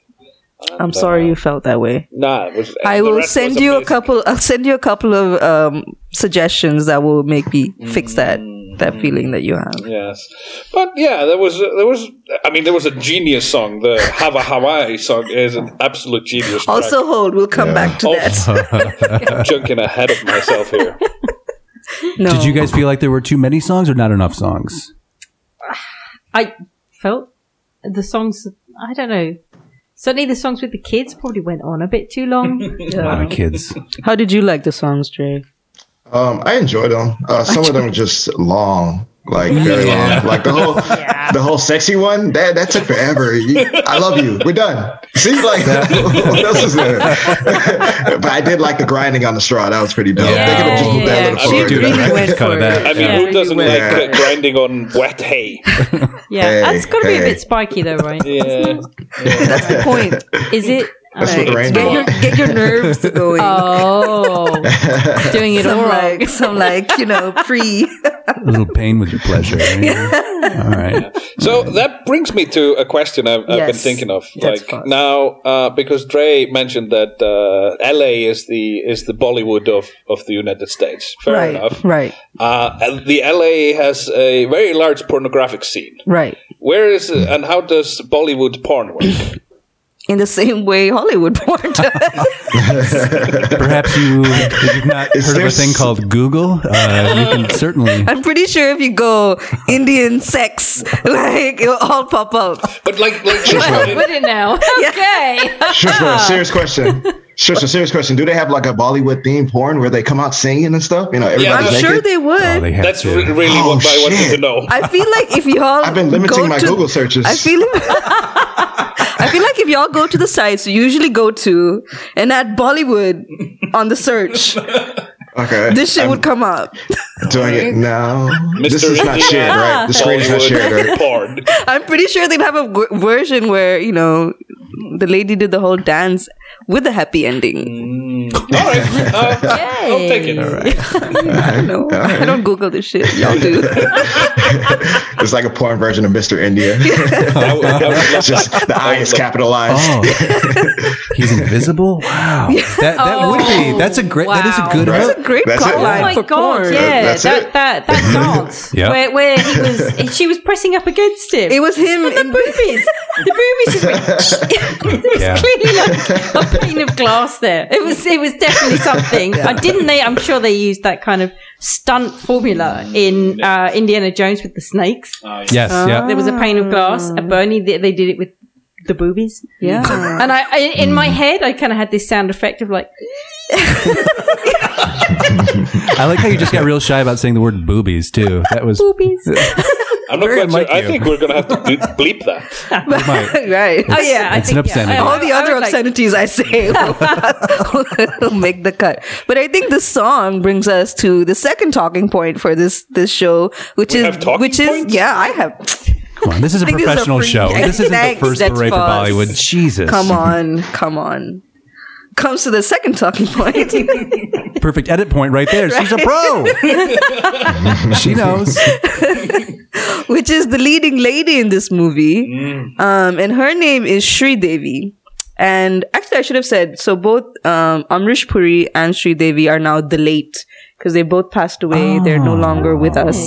Speaker 2: [laughs] I'm sorry you felt that way.
Speaker 5: Nah, it was,
Speaker 2: I
Speaker 5: the
Speaker 2: will
Speaker 5: rest
Speaker 2: send
Speaker 5: was
Speaker 2: you a
Speaker 5: amazing.
Speaker 2: couple, I'll send you a couple of, um, suggestions that will make me fix that, that
Speaker 5: Mm.
Speaker 2: feeling that you have.
Speaker 5: Yes, but yeah, there was there was. I mean, there was a genius song. The Hava Hawaii song is an absolute genius. track.
Speaker 2: Also hold, we'll come back to
Speaker 5: Oh.
Speaker 2: that.
Speaker 5: I'm jumping ahead of myself here.
Speaker 2: No.
Speaker 4: Did you guys feel like there were too many songs or not enough songs?
Speaker 6: I felt the songs. I don't know. Certainly, the songs with the kids probably went on a bit too long.
Speaker 4: A lot
Speaker 2: [laughs]
Speaker 4: of kids.
Speaker 2: How did you like the songs, Dre?
Speaker 7: Um, I enjoyed them. Uh, some of them were just long, like very long. Like the whole the whole sexy one that that took forever. You- I love you. We're done. See, like [laughs] what else is there? but I did like the grinding on the straw. That was pretty dope. They could have just moved that a little
Speaker 5: Yeah.
Speaker 7: forward.
Speaker 5: She
Speaker 4: Dude, I
Speaker 2: really
Speaker 4: like
Speaker 2: went
Speaker 4: the cut
Speaker 2: for
Speaker 4: of
Speaker 2: it.
Speaker 5: I
Speaker 4: that.
Speaker 5: mean,
Speaker 6: Yeah.
Speaker 5: who doesn't
Speaker 2: Yeah.
Speaker 5: like uh, grinding on wet hay?
Speaker 6: Yeah, that's
Speaker 7: Hey,
Speaker 6: got to be a
Speaker 7: hey.
Speaker 6: bit spiky, though, right?
Speaker 5: Yeah,
Speaker 2: That's the
Speaker 7: [laughs]
Speaker 2: point.
Speaker 6: Is it?
Speaker 7: That's what the rain
Speaker 2: Get your,
Speaker 7: did.
Speaker 2: get your nerves going. [laughs]
Speaker 6: [laughs] Oh, doing it
Speaker 2: some
Speaker 6: all wrong. [laughs]
Speaker 2: like some like you know pre
Speaker 4: A little pain with your pleasure. eh?
Speaker 2: [laughs]
Speaker 4: All right.
Speaker 5: So that brings me to a question I've, I've been
Speaker 2: Yes.
Speaker 5: thinking of.
Speaker 2: That's
Speaker 5: like
Speaker 2: fun.
Speaker 5: now, uh, because Dre mentioned that uh, LA is the is the Bollywood of, of the United States. Fair enough.
Speaker 2: right
Speaker 5: Uh, and the LA has a very large pornographic scene.
Speaker 2: right
Speaker 5: Where is and how does Bollywood porn work?
Speaker 2: in the same way Hollywood [laughs] porn does.
Speaker 4: Perhaps you, if you've not
Speaker 7: Is
Speaker 4: heard of
Speaker 7: there
Speaker 4: a thing
Speaker 7: s-
Speaker 4: called Google, uh, you
Speaker 2: [laughs]
Speaker 4: can certainly.
Speaker 2: I'm pretty sure if you go Indian sex, like it'll all pop up.
Speaker 5: But like, like
Speaker 6: Put
Speaker 2: [laughs]
Speaker 6: it now. Okay.
Speaker 7: Shushma, serious question. Shushma, serious question. Do they have like a Bollywood themed porn where they come out singing and stuff? You know, everybody's
Speaker 5: I'm
Speaker 2: I'm
Speaker 7: naked.
Speaker 2: sure they would.
Speaker 4: Oh, they have
Speaker 5: that's
Speaker 4: to.
Speaker 5: re- really
Speaker 7: Oh,
Speaker 5: what I wanted
Speaker 7: shit.
Speaker 5: to know.
Speaker 2: I feel like if y'all
Speaker 7: I've been limiting
Speaker 2: go
Speaker 7: my
Speaker 2: to-
Speaker 7: Google searches.
Speaker 2: I feel [laughs] I feel like if y'all go to the sites you usually go to and add Bollywood on the search,
Speaker 7: okay.
Speaker 2: this shit
Speaker 7: I'm
Speaker 2: would come up.
Speaker 7: doing it now. This is not
Speaker 5: India,
Speaker 7: shared, right? The screen is not
Speaker 5: Bollywood
Speaker 7: shared, right?
Speaker 5: Porn.
Speaker 2: I'm pretty sure they'd have a w- version where you know the lady did the whole dance with a happy ending.
Speaker 5: All right, uh, I'll take it.
Speaker 2: I don't know. I don't Google this shit. Y'all do.
Speaker 7: It's like a porn version of Mr.
Speaker 2: [laughs]
Speaker 7: India. [laughs]
Speaker 5: I would- I would love-
Speaker 7: Just the I is capitalized.
Speaker 2: [laughs]
Speaker 4: Oh, he's invisible. Wow, that that would
Speaker 2: Oh.
Speaker 4: be. That's a great. That is a good.
Speaker 7: Wow.
Speaker 2: That's a great
Speaker 7: That's it.
Speaker 2: call
Speaker 7: Oh
Speaker 6: Oh
Speaker 2: line
Speaker 6: my
Speaker 2: for
Speaker 6: god!
Speaker 2: porn.
Speaker 6: Yeah,
Speaker 7: That's
Speaker 6: that,
Speaker 7: it.
Speaker 2: [laughs]
Speaker 6: that that dance
Speaker 4: Yeah.
Speaker 6: where where he was, she was pressing up against him.
Speaker 2: It was him.
Speaker 6: the
Speaker 2: In, [laughs]
Speaker 6: boobies. The room is just like,
Speaker 4: Yeah.
Speaker 6: clearly
Speaker 2: [laughs]
Speaker 6: like a pane of glass there. It was it was definitely something. I didn't they I'm sure they used that kind of stunt formula in uh, Indiana Jones with the snakes.
Speaker 5: Oh,
Speaker 4: Yes.
Speaker 6: There
Speaker 4: yeah.
Speaker 6: was a pane of glass. A Bernie they, they did it with the boobies.
Speaker 2: Ah. Yeah.
Speaker 6: And I, I in
Speaker 4: Mm.
Speaker 6: my head I kind of had this sound effect of like
Speaker 4: I like how you just got real shy about saying the word boobies too. That was
Speaker 6: boobies.
Speaker 5: I'm not
Speaker 4: Very
Speaker 5: quite
Speaker 4: unlike
Speaker 5: sure. I
Speaker 4: you.
Speaker 5: think we're going to have to ble- bleep that.
Speaker 4: my.
Speaker 2: [laughs] right.
Speaker 6: Oh yeah, I
Speaker 4: It's an
Speaker 6: think, yeah.
Speaker 4: obscenity.
Speaker 6: I-
Speaker 2: All the
Speaker 6: I
Speaker 2: other
Speaker 6: would like-
Speaker 2: obscenities I say [laughs] will, will make the cut. But I think this song brings us to the second talking point for this this show, which is
Speaker 5: have talking
Speaker 2: which is
Speaker 5: points?
Speaker 2: yeah, I have.
Speaker 4: Come on, this is a
Speaker 2: think this is a
Speaker 4: professional
Speaker 2: free-
Speaker 4: show. This isn't
Speaker 2: Thanks,
Speaker 4: the first
Speaker 2: that's
Speaker 4: parade for
Speaker 2: false.
Speaker 4: Bollywood. Jesus.
Speaker 2: Come on, come on. Comes to the second talking point.
Speaker 4: Perfect edit point right there. She's
Speaker 2: [laughs]
Speaker 4: a pro. she knows.
Speaker 2: which is the leading lady in this movie. Um, and her name is Sri Devi. And actually, I should have said so. Both um, Amrish Puri and Sri Devi are now the late because they both passed away. They're no longer with us.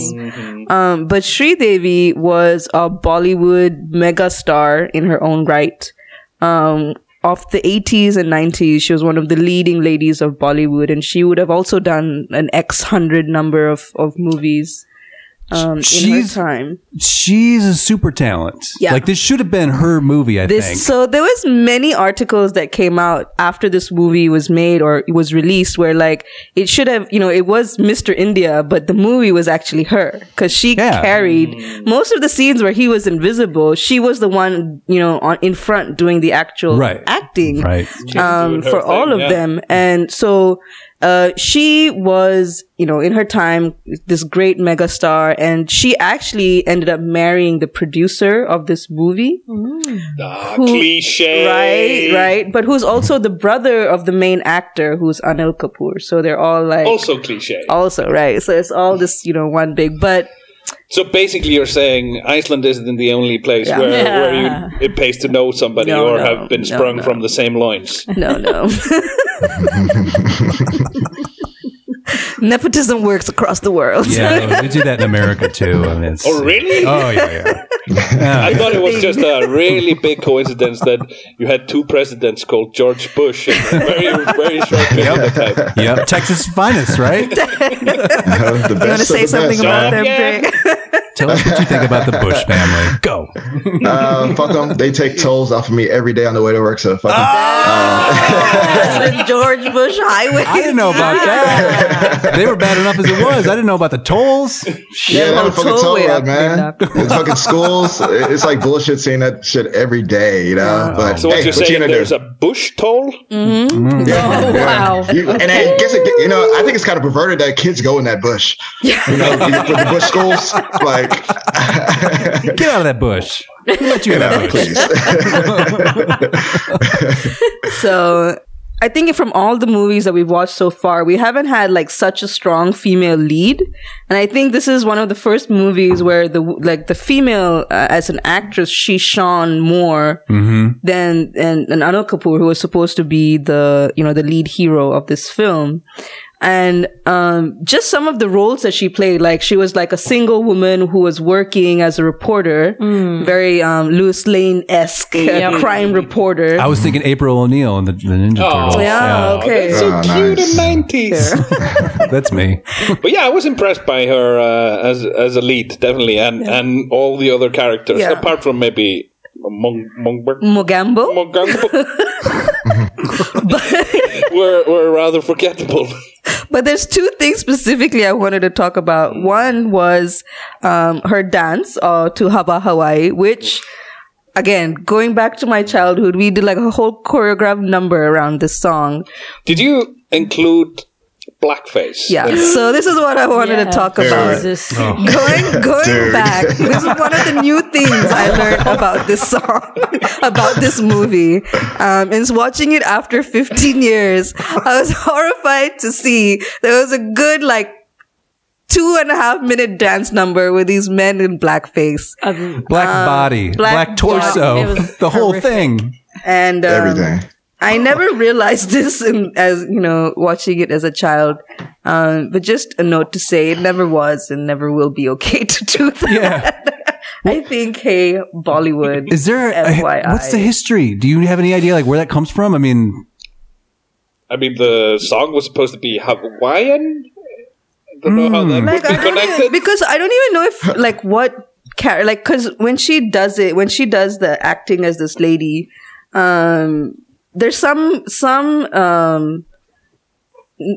Speaker 2: Um, but Sri Devi was a Bollywood megastar in her own right. Um, of the 80s and 90s, she was one of the leading ladies of Bollywood, and she would have also done an X hundred number of, of movies um, in her
Speaker 4: She's-
Speaker 2: time.
Speaker 4: She's a super talent.
Speaker 2: Yeah.
Speaker 4: Like this should have been her movie, I
Speaker 2: This
Speaker 4: think.
Speaker 2: so there was many articles that came out after this movie was made or it was released where like it should have you know it was Mr. India but the movie was actually her because she
Speaker 4: Yeah.
Speaker 5: Mm.
Speaker 2: carried most of the scenes where he was invisible she was the one you know on in front doing the actual
Speaker 4: Right.
Speaker 2: acting [laughs]
Speaker 4: right.
Speaker 2: um,
Speaker 5: her
Speaker 2: for
Speaker 5: thing,
Speaker 2: all of
Speaker 5: yeah.
Speaker 2: them. And so uh, she was, you know, in her time, this great megastar, and she actually ended up marrying the producer of this movie,
Speaker 5: Ah, cliche.
Speaker 2: right? Right, but who's also the brother of the main actor, who's Anil Kapoor. So they're all like.
Speaker 5: Also cliche.
Speaker 2: also, right. So it's all this, you know, one big. But
Speaker 5: So basically, you're saying Iceland isn't the only place where, where you, it pays to know somebody
Speaker 2: No,
Speaker 5: or
Speaker 2: no,
Speaker 5: have been
Speaker 2: no,
Speaker 5: sprung
Speaker 2: no.
Speaker 5: from the same loins.
Speaker 2: no,
Speaker 5: [laughs]
Speaker 2: no. [laughs] Nepotism works across the world.
Speaker 4: Yeah, no, we do that in America too. I mean, it's-
Speaker 5: Oh, really?
Speaker 4: Oh yeah,
Speaker 5: I thought
Speaker 2: [laughs]
Speaker 5: it was just a really big coincidence that you had two presidents called George Bush and very, very
Speaker 7: [laughs]
Speaker 5: short period of time.
Speaker 4: yeah. Yep. Texas finest, right?
Speaker 7: [laughs] the
Speaker 2: You want to
Speaker 7: best of
Speaker 2: say
Speaker 7: the
Speaker 2: something
Speaker 7: best,
Speaker 2: about
Speaker 5: huh?
Speaker 2: them,
Speaker 5: Yeah. [laughs]
Speaker 2: Vic?
Speaker 4: Tell us what you think about the Bush family. Go.
Speaker 7: Uh, fuck them. They take tolls off of me every day on the way to work. So fuck 'em.
Speaker 2: [laughs] Ah!
Speaker 7: Uh,
Speaker 2: the George Bush Highway.
Speaker 4: I didn't know about that. They were bad enough as it was. I didn't know about the tolls.
Speaker 7: Yeah,
Speaker 2: Yeah,
Speaker 7: that
Speaker 2: no,
Speaker 7: would fucking
Speaker 2: toll
Speaker 7: toll
Speaker 2: way
Speaker 7: road,
Speaker 2: up,
Speaker 7: man. [laughs] It's fucking schools. it- It's like bullshit seeing that shit every day, you know. But
Speaker 5: So what
Speaker 7: hey,
Speaker 5: you're
Speaker 7: what you
Speaker 5: saying,
Speaker 7: gonna
Speaker 5: there's
Speaker 7: do?
Speaker 5: a Bush toll?
Speaker 6: Oh wow.
Speaker 7: You- and I guess it, you know, I think it's kind of perverted that kids go in that bush. You know, for the bush schools, like,
Speaker 4: Get out of that bush. We'll let you in that
Speaker 7: no,
Speaker 4: bush.
Speaker 7: please.
Speaker 2: So I think from all the movies that we've watched so far, we haven't had like such a strong female lead, and I think this is one of the first movies where the like the female uh, as an actress she shone more than and, and Anil Kapoor, who was supposed to be the you know the lead hero of this film. And um, just some of the roles that she played, like she was like a single woman who was working as a reporter, very um, Lewis Lane esque [laughs] crime reporter.
Speaker 4: I was thinking April O'Neil and the, the Ninja
Speaker 5: Oh.
Speaker 4: Turtles.
Speaker 2: Oh, yeah, okay.
Speaker 5: That's
Speaker 7: Oh,
Speaker 5: so cute in
Speaker 7: nice.
Speaker 5: um, 90s.
Speaker 4: That's me.
Speaker 5: But yeah, I was impressed by her uh, as as a lead, definitely, and and all the other characters,
Speaker 2: Yeah.
Speaker 5: apart from maybe Mung Mungberg.
Speaker 2: Mugambo. [laughs]
Speaker 5: Mungberg. [laughs] were were rather forgettable.
Speaker 2: But there's two things specifically I wanted to talk about. One was um, her dance uh, to Haba Hawaii, which, again, going back to my childhood, we did like a whole choreographed number around this song.
Speaker 5: Did you include blackface?
Speaker 2: Yeah. So this is what I wanted to talk about.
Speaker 6: Jesus.
Speaker 2: [laughs] Going going back, this is one of the new things I learned about this song, [laughs] about this movie. Um, and watching it after 15 years, I was [laughs] horrified to see there was a good like two and a half minute dance number with these men in blackface,
Speaker 6: Um,
Speaker 4: Black body, black,
Speaker 2: black
Speaker 4: torso,
Speaker 6: body. It
Speaker 4: [laughs]
Speaker 6: was
Speaker 4: the whole
Speaker 6: horrific.
Speaker 4: thing.
Speaker 2: and um,
Speaker 7: Everything.
Speaker 2: I never realized [laughs] this in, as you know watching it as a child. [laughs] Um, but just a note to say, it never was and never will be okay to do that. [laughs]
Speaker 4: Yeah.
Speaker 2: I think, hey, Bollywood.
Speaker 4: Is there a,
Speaker 2: FYI.
Speaker 4: what's the history? Do you have any idea like where that comes from? I mean,
Speaker 5: I mean, the song was supposed to be Hawaiian. I don't know how that
Speaker 2: like,
Speaker 5: would
Speaker 2: Oh I
Speaker 5: be
Speaker 2: don't even, [laughs]
Speaker 5: connected.
Speaker 2: because I don't even know if like what car- like because when she does it when she does the acting as this lady um there's some some um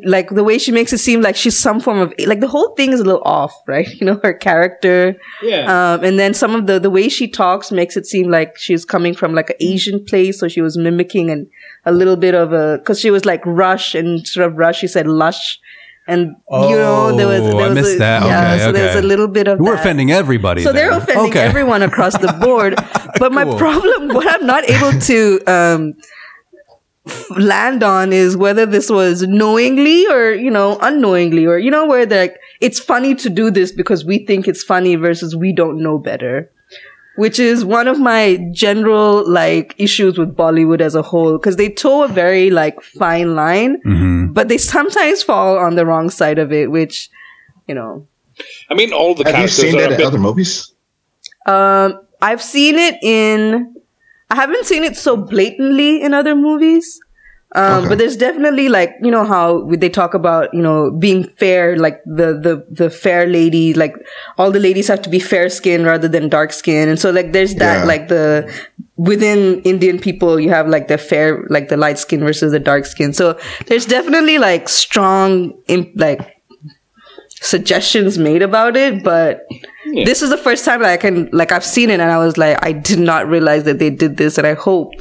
Speaker 2: like the way she makes it seem like she's some form of like the whole thing is a little off right [laughs] you know her character
Speaker 5: yeah.
Speaker 2: um, and then some of the the way she talks makes it seem like she's coming from like an Asian place, so she was mimicking and a little bit of a because she was like rush and sort of rush. She said lush, and you know there was
Speaker 4: Oh,
Speaker 2: there
Speaker 4: I
Speaker 2: was
Speaker 4: missed
Speaker 2: a,
Speaker 4: that.
Speaker 2: yeah,
Speaker 4: Okay,
Speaker 2: so there's
Speaker 4: okay.
Speaker 2: a little bit of
Speaker 4: we're
Speaker 2: that.
Speaker 4: offending everybody.
Speaker 2: Uh, So they're
Speaker 4: then.
Speaker 2: offending
Speaker 4: Okay.
Speaker 2: everyone across the board.
Speaker 4: [laughs]
Speaker 2: But my
Speaker 4: Cool.
Speaker 2: problem, what I'm not able to um, f- land on is whether this was knowingly or, you know, unknowingly, or, you know, where they're like, it's funny to do this because we think it's funny versus we don't know better. Which is one of my general like issues with Bollywood as a whole, because they toe a very like fine line,
Speaker 4: Mm-hmm.
Speaker 2: but they sometimes fall on the wrong side of it, which, you know,
Speaker 5: I mean, all the
Speaker 7: Have you
Speaker 5: characters
Speaker 7: seen
Speaker 5: are
Speaker 7: that
Speaker 5: a
Speaker 7: in
Speaker 5: bit
Speaker 7: other movies?
Speaker 2: Um, I've seen it in. I haven't seen it so blatantly in other movies, um, but there's definitely like you know how they talk about you know being fair, like the the the fair lady, like all the ladies have to be fair skin rather than dark skin, and so like there's that
Speaker 7: Yeah.
Speaker 2: like the within Indian people you have like the fair, like the light skin versus the dark skin. So there's definitely like strong imp- like suggestions made about it, but this is the first time that I can like I've seen it and I was like I did not realize that they did this and I hope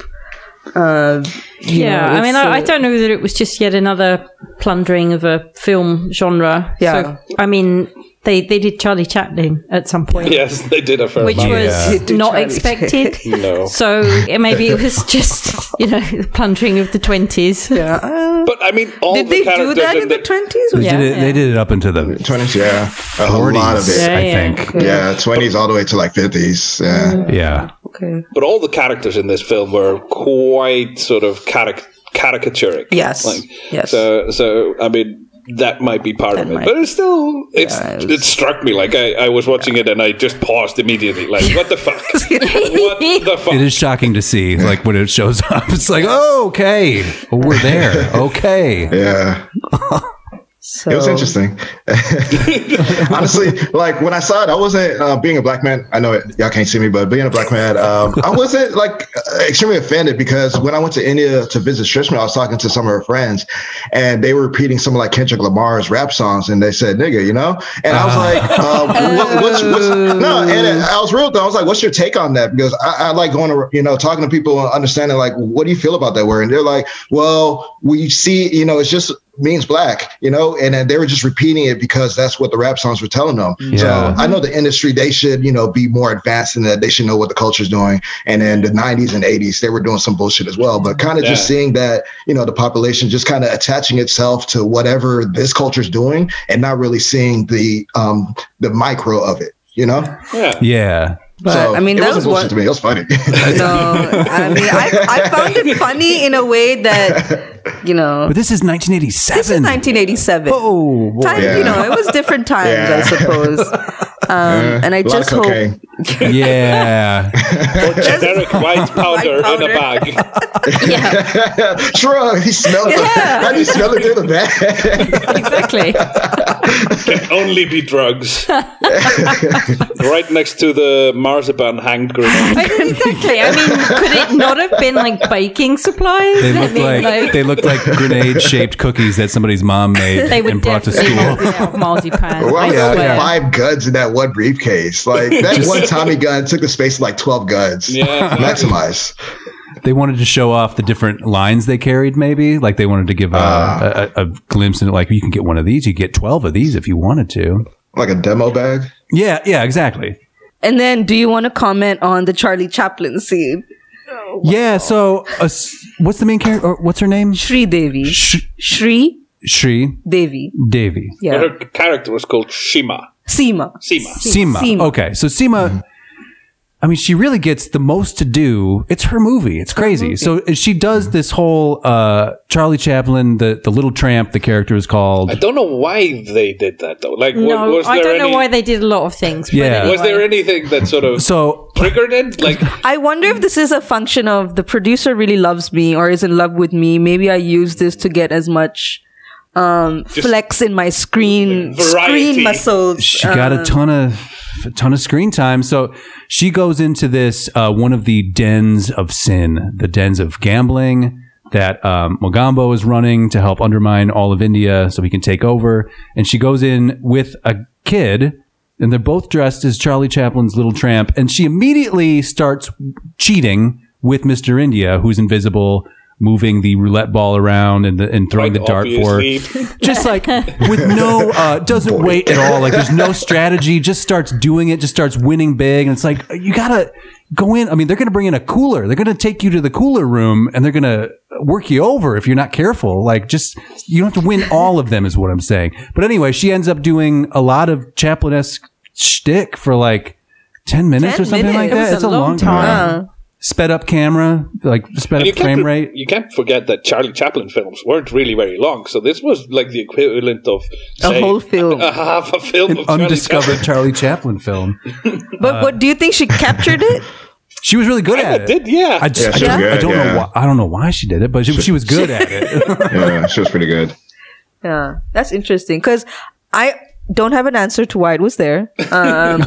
Speaker 2: uh you
Speaker 6: Yeah,
Speaker 2: know,
Speaker 6: I mean,
Speaker 2: it's,
Speaker 6: I, I
Speaker 2: uh,
Speaker 6: don't know that it was just yet another plundering of a film genre.
Speaker 2: Yeah.
Speaker 6: So, I mean, they, they did Charlie Chaplin at some point,
Speaker 5: [laughs] Yes, they did a fair
Speaker 6: which
Speaker 5: amount.
Speaker 4: Oh, Yeah.
Speaker 6: was
Speaker 2: did
Speaker 6: not
Speaker 2: Charlie
Speaker 6: expected.
Speaker 2: [laughs]
Speaker 5: no.
Speaker 6: So eh, maybe it was just, you know, the plundering of
Speaker 2: [laughs]
Speaker 6: the 20s. [laughs]
Speaker 2: yeah, uh,
Speaker 5: But I mean, all
Speaker 2: did
Speaker 5: the
Speaker 2: they do
Speaker 5: characters
Speaker 2: that in the
Speaker 5: the
Speaker 2: twenties?
Speaker 4: They,
Speaker 2: Yeah.
Speaker 4: did it, they did it up into the
Speaker 7: Twenties, yeah, a whole
Speaker 4: 40s,
Speaker 7: lot of it.
Speaker 4: I
Speaker 6: Yeah, yeah.
Speaker 4: think.
Speaker 7: Yeah, twenties all the way to like fifties. Yeah,
Speaker 4: Yeah.
Speaker 2: Okay.
Speaker 5: but all the characters in this film were quite sort of caric- caricaturic.
Speaker 2: Yes. Yes.
Speaker 5: So, so I mean, that might be part of it,
Speaker 2: might-
Speaker 5: but it's still it's
Speaker 2: it
Speaker 5: it struck me like I, I was watching it and I just paused immediately, like what the fuck, what the fuck.
Speaker 4: It is shocking to see like when it shows [laughs] up. It's like, oh, okay, well, we're there. Okay.
Speaker 7: yeah.
Speaker 2: So
Speaker 7: It was interesting. [laughs] Honestly, like when I saw it, I wasn't uh, being a black man. I know it, y'all can't see me, but being a black man, um, I wasn't like extremely offended because when I went to India to visit Shrishma, I was talking to some of her friends, and they were repeating some of like Kendrick Lamar's rap songs, and they said "nigga," you know, and I was like, uh, what, "What's what's no?" And I was real though. I was like, "What's your take on that?" Because I, I like going to you know talking to people and understanding like, "What do you feel about that word?" And they're like, "Well, we see, you know, it's just." means black, you know, and then they were just repeating it because that's what the rap songs were telling them.
Speaker 4: Yeah.
Speaker 2: Mm-hmm.
Speaker 7: So I know the industry, they should, you know, be more advanced in that they should know what the culture's doing. And in the 90s and 80s, they were doing some bullshit as well. But kind of just
Speaker 5: Yeah.
Speaker 7: seeing that, you know, the population just kind of attaching itself to whatever this culture's doing and not really seeing the um the micro of it, you know?
Speaker 4: [laughs]
Speaker 5: Yeah.
Speaker 4: Yeah.
Speaker 2: but I mean
Speaker 7: it
Speaker 2: that was
Speaker 7: wasn't bullshit
Speaker 2: one
Speaker 7: to me. It was
Speaker 2: [laughs]
Speaker 7: funny.
Speaker 2: no, I mean I, I found it funny in a way that you know
Speaker 4: But this is 1987.
Speaker 2: this is nineteen eighty seven.
Speaker 4: Oh, boy.
Speaker 2: Time, you
Speaker 7: Yeah.
Speaker 2: know, it was different times, I
Speaker 7: Yeah. [laughs]
Speaker 2: suppose. Um, and I
Speaker 7: A lot of
Speaker 2: just hope
Speaker 7: cocaine. [laughs]
Speaker 4: yeah.
Speaker 5: Or generic white powder, in a bag.
Speaker 7: Shrug, he smelled it. How do you smell it through
Speaker 2: [laughs]
Speaker 7: the bag?
Speaker 6: [laughs] Exactly.
Speaker 5: Only be drugs. right next to the marzipan hand grenade.
Speaker 6: Like, exactly. I mean, could it not have been like baking supplies?
Speaker 4: They
Speaker 6: I
Speaker 4: looked
Speaker 6: mean,
Speaker 4: like, they looked like grenade shaped cookies that somebody's mom made
Speaker 6: they would
Speaker 4: and brought to
Speaker 6: definitely not
Speaker 4: school.
Speaker 6: be out of marzipan.
Speaker 7: Why
Speaker 6: I
Speaker 7: was there
Speaker 6: swear.
Speaker 7: like five guns in that one briefcase?
Speaker 6: [laughs]
Speaker 7: Like that one Tommy gun took the space of like twelve guns. [laughs]
Speaker 5: Yeah.
Speaker 7: Maximize.
Speaker 4: They wanted to show off the different lines they carried, maybe. Like they wanted to give a, a, a glimpse into like you can get one of these, you get twelve of these if you wanted to.
Speaker 7: Like a demo bag.
Speaker 4: Yeah, yeah, exactly.
Speaker 2: And then, do you want to comment on the Charlie Chaplin scene?
Speaker 4: Yeah. So, uh, s- what's the main character? or What's her name?
Speaker 2: Shri Devi.
Speaker 4: Sh-
Speaker 2: Shri
Speaker 4: Shri
Speaker 2: Devi.
Speaker 4: Devi.
Speaker 2: Yeah.
Speaker 5: Her character was called Shima.
Speaker 2: Seema.
Speaker 5: Sima.
Speaker 4: Seema.
Speaker 2: Seema.
Speaker 4: Okay, so Seema I mean, she really gets the most to do. It's her movie. It's crazy. So uh, she does this whole uh, Charlie Chaplin, the the little tramp, the character is called.
Speaker 5: I don't know why they did that though. Like, wa-
Speaker 6: No,
Speaker 5: was there
Speaker 6: I don't
Speaker 5: any,
Speaker 6: know why they did a lot of things. but
Speaker 4: Yeah.
Speaker 5: was there
Speaker 6: anyway.
Speaker 5: anything that sort of
Speaker 4: [laughs] So [laughs]
Speaker 5: triggered it? Like,
Speaker 2: I wonder if this is a function of the producer really loves me or is in love with me. Maybe I use this to get as much um, flex in my screen
Speaker 5: Variety.
Speaker 2: screen muscles.
Speaker 4: she got a ton of a ton of screen time. So she goes into this uh, one of the dens of sin, the dens of gambling that um, Mogambo is running to help undermine all of India so he can take over. And she goes in with a kid. And they're both dressed as Charlie Chaplin's little tramp. And she immediately starts cheating with Mr. India, who's invisible, moving the roulette ball around and, the, and throwing
Speaker 5: like,
Speaker 4: the dart for her
Speaker 5: obviously,
Speaker 4: just like with no uh doesn't wait at all like there's no strategy just starts doing it just starts winning big and it's like you gotta go in i mean they're gonna bring in a cooler they're gonna take you to the cooler room and they're gonna work you over if you're not careful like just you don't have to win all of them is what i'm saying but anyway she ends up doing a lot of chaplin-esque shtick for like 10 minutes
Speaker 2: 10
Speaker 4: or something like
Speaker 2: minutes. It
Speaker 4: that
Speaker 2: was
Speaker 6: a
Speaker 4: it's a long,
Speaker 6: long
Speaker 4: time,
Speaker 2: Uh,
Speaker 4: sped up camera like sped
Speaker 5: And
Speaker 4: up
Speaker 5: can't
Speaker 4: frame
Speaker 5: re-
Speaker 4: rate
Speaker 5: You can't forget that Charlie Chaplin films weren't really very long, so this was like the equivalent of
Speaker 2: A
Speaker 5: say,
Speaker 2: whole film.
Speaker 5: [laughs] a half a film
Speaker 4: an
Speaker 5: of Charlie
Speaker 4: undiscovered
Speaker 5: Chaplin.
Speaker 4: charlie chaplin film
Speaker 2: but what do you think she captured it?
Speaker 4: She was really [laughs] good
Speaker 5: I
Speaker 4: at it.
Speaker 5: did, yeah.
Speaker 4: I, just,
Speaker 7: Yeah,
Speaker 4: I don't,
Speaker 7: she was
Speaker 4: I
Speaker 7: good,
Speaker 4: don't know
Speaker 7: yeah.
Speaker 4: why. I don't know why she did it, but she, she was good at
Speaker 2: [laughs]
Speaker 4: it.
Speaker 7: Yeah, she was pretty good.
Speaker 2: Yeah, that's interesting because I don't have an answer to why it was there. Um,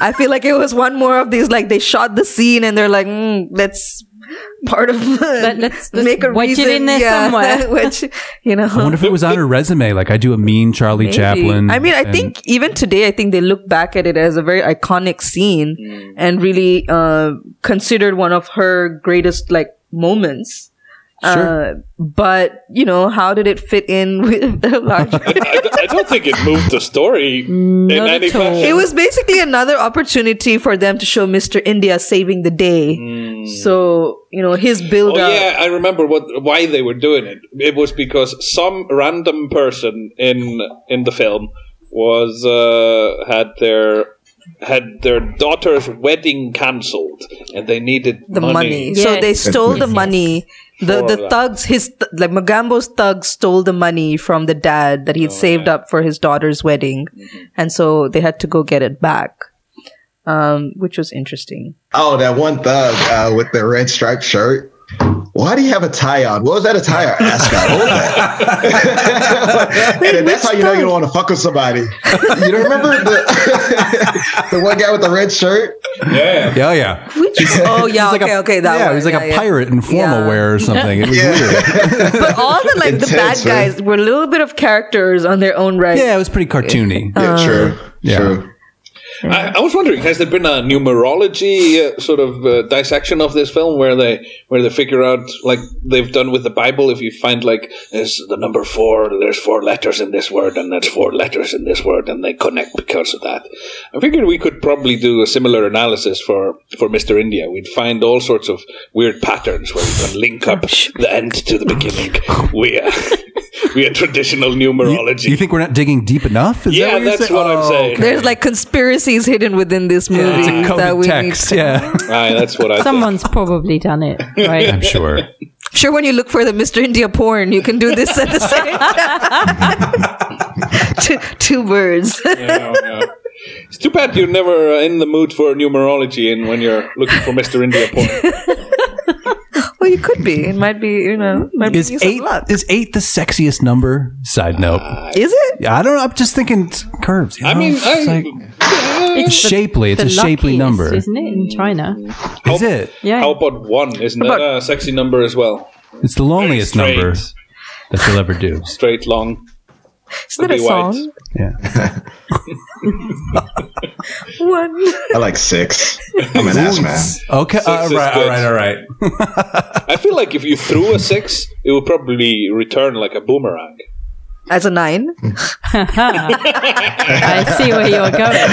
Speaker 2: I feel like it was one more of these like they shot the scene and they're like, mm, let's part of [laughs]
Speaker 6: Let- let's- let's wedge it in there somewhere.
Speaker 2: which you know.
Speaker 4: I wonder if it was on her resume. Like I do a mean Charlie Chaplin.
Speaker 2: I mean, I
Speaker 4: and-
Speaker 2: think even today, I think they look back at it as a very iconic scene and really uh, considered one of her greatest like moments.
Speaker 4: Sure.
Speaker 2: Uh, but you know, how did it fit in [laughs] with the larger?
Speaker 5: I, d- I don't think it moved the story
Speaker 4: Mm,
Speaker 5: in any
Speaker 6: at all.
Speaker 5: fashion.
Speaker 2: It was basically another opportunity for them to show Mr. India saving the day. So, you know, his build
Speaker 5: Hmm. Oh
Speaker 2: up.
Speaker 5: yeah, I remember what why they were doing it. It was because some random person in in the film was uh, had their had their daughter's wedding cancelled, and they needed
Speaker 2: the money. So
Speaker 6: Yes.
Speaker 2: they stole
Speaker 4: [laughs]
Speaker 2: the money. The
Speaker 5: For
Speaker 2: the
Speaker 5: that.
Speaker 2: thugs, his th- like Magambo's thugs stole the money from the dad that he'd
Speaker 5: Oh,
Speaker 2: saved up for his daughter's wedding,
Speaker 5: Mm-hmm.
Speaker 2: and so they had to go get it back, um, which was
Speaker 4: [laughs]
Speaker 2: interesting.
Speaker 7: Oh, that one thug uh, with the red striped shirt. Why do you have a tie on? What was that a tie or ascot? What
Speaker 6: [laughs]
Speaker 7: was that? and that's how you know you don't want to fuck with somebody. You don't remember [laughs] the, the one guy with the red shirt?
Speaker 5: Yeah,
Speaker 4: Yeah, yeah.
Speaker 2: Which oh yeah,
Speaker 4: He's like
Speaker 2: okay,
Speaker 4: a-
Speaker 2: okay, that
Speaker 4: yeah,
Speaker 2: one,
Speaker 4: he was like
Speaker 2: yeah,
Speaker 4: a
Speaker 2: yeah.
Speaker 4: pirate in formal
Speaker 2: Yeah.
Speaker 4: wear or something. It was
Speaker 2: [laughs]
Speaker 4: weird.
Speaker 2: But all the like the bad
Speaker 7: Intense, man.
Speaker 2: guys were a little bit of characters on their own right.
Speaker 4: Yeah, it was pretty cartoony.
Speaker 7: Yeah,
Speaker 6: Uh,
Speaker 7: true.
Speaker 4: yeah.
Speaker 7: True.
Speaker 5: I, I was wondering, has there been a numerology uh, sort of uh, dissection of this film where they where they figure out like they've done with the Bible? If you find like there's the number four, there's four letters in this word, and there's four letters in this word, and they connect because of that. I figured we could probably do a similar analysis for for Mister India. We'd find all sorts of weird patterns where we can link
Speaker 4: Oh,
Speaker 5: up the end to the beginning. We are [laughs] we are traditional numerology.
Speaker 4: You think we're not digging deep enough? Is that
Speaker 5: yeah,
Speaker 4: what you're
Speaker 5: that's
Speaker 4: saying?
Speaker 5: what I'm
Speaker 4: Oh,
Speaker 5: saying.
Speaker 2: There's like conspiracies hidden within this movie
Speaker 4: It's a
Speaker 2: that
Speaker 4: coded
Speaker 2: we
Speaker 4: text.
Speaker 2: need. To- [laughs]
Speaker 4: Yeah,
Speaker 5: Aye, that's what I. think.
Speaker 6: Someone's probably done it,
Speaker 4: I'm
Speaker 6: right?
Speaker 4: sure.
Speaker 2: Sure, when you look for the Mr. India porn, you can do this at the same time. [laughs] two, two birds.
Speaker 5: Yeah, yeah. It's too bad you're never uh, in the mood for numerology and when you're looking for Mr. India
Speaker 2: [laughs]
Speaker 5: porn.
Speaker 2: [laughs] Well, you could be. It might be, you know, might be
Speaker 4: Is
Speaker 2: some
Speaker 4: eight
Speaker 2: luck.
Speaker 4: is eight the sexiest number? Side note.
Speaker 2: Is it?
Speaker 4: yeah, I don't know. I'm just thinking t- curves. you
Speaker 5: Uh, I
Speaker 4: know?
Speaker 5: mean,
Speaker 4: it's,
Speaker 5: I,
Speaker 4: like- it's
Speaker 6: the-
Speaker 4: shapely. It's
Speaker 6: The
Speaker 4: a shapely
Speaker 6: luckiest,
Speaker 4: number.
Speaker 6: isn't it? In China,
Speaker 4: Is it?
Speaker 6: yeah.
Speaker 5: how about one? Isn't
Speaker 2: About-
Speaker 5: that a sexy number as well?
Speaker 4: It's the loneliest
Speaker 5: Straight,
Speaker 4: number that you'll ever do.
Speaker 5: straight, long.
Speaker 2: Isn't
Speaker 5: Could
Speaker 2: that a
Speaker 5: be white.
Speaker 2: song?
Speaker 4: Yeah.
Speaker 2: One.
Speaker 7: I like six. I'm an ass man.
Speaker 4: Okay.
Speaker 5: is good.
Speaker 4: right.
Speaker 5: I feel like if you threw a six, it would probably return like a boomerang.
Speaker 2: Mm-hmm. As a nine?
Speaker 6: I see where you're going.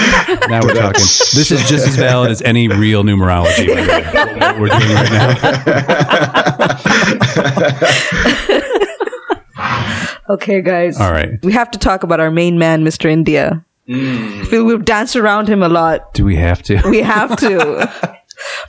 Speaker 4: [laughs] Now we're talking. This is just as valid as any real numerology. by the way, what we're doing right now.
Speaker 2: Okay, guys.
Speaker 4: All right. [laughs]
Speaker 2: We have to talk about our main man, Mr. India. I feel we'll dance around him a lot.
Speaker 4: Do we have to?
Speaker 2: We have
Speaker 4: [laughs]
Speaker 2: to.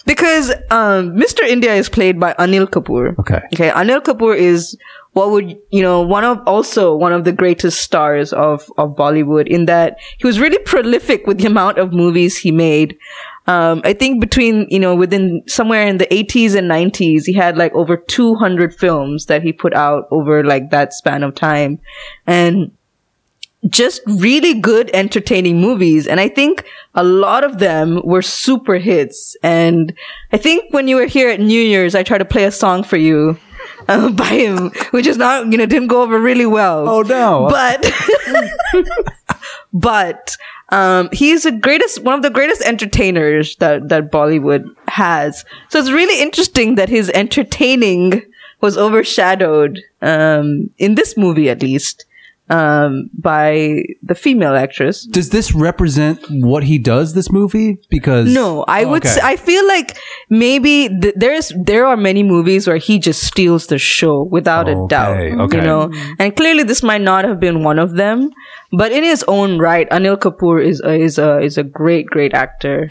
Speaker 2: because um, Mr. India is played by Anil Kapoor.
Speaker 4: Okay.
Speaker 2: Okay. Anil Kapoor is what would you know one of also one of the greatest stars of of Bollywood in that he was really prolific with the amount of movies he made. Um, I think between you know within somewhere in the 80s and 90s he had like over 200 films that he put out over like that span of time, and just really good entertaining movies and i think a lot of them were super hits and i think when you were here at new year's i tried to play a song for you [laughs] uh, by him which is not you know didn't go over really well
Speaker 4: Oh, no.
Speaker 2: but but [laughs] um, he's the greatest one of the greatest entertainers that that bollywood has so it's really interesting that his entertaining was overshadowed um, in this movie at least um, by the female actress
Speaker 4: Does this represent what he does? This movie? Because
Speaker 2: no i
Speaker 4: Oh,
Speaker 2: would
Speaker 4: okay.
Speaker 2: s- i feel like maybe th- there's there are many movies where he just steals the show without a
Speaker 4: Okay,
Speaker 2: doubt
Speaker 4: okay.
Speaker 2: you know and clearly this might not have been one of them but in his own right anil kapoor is a, is a is a great great actor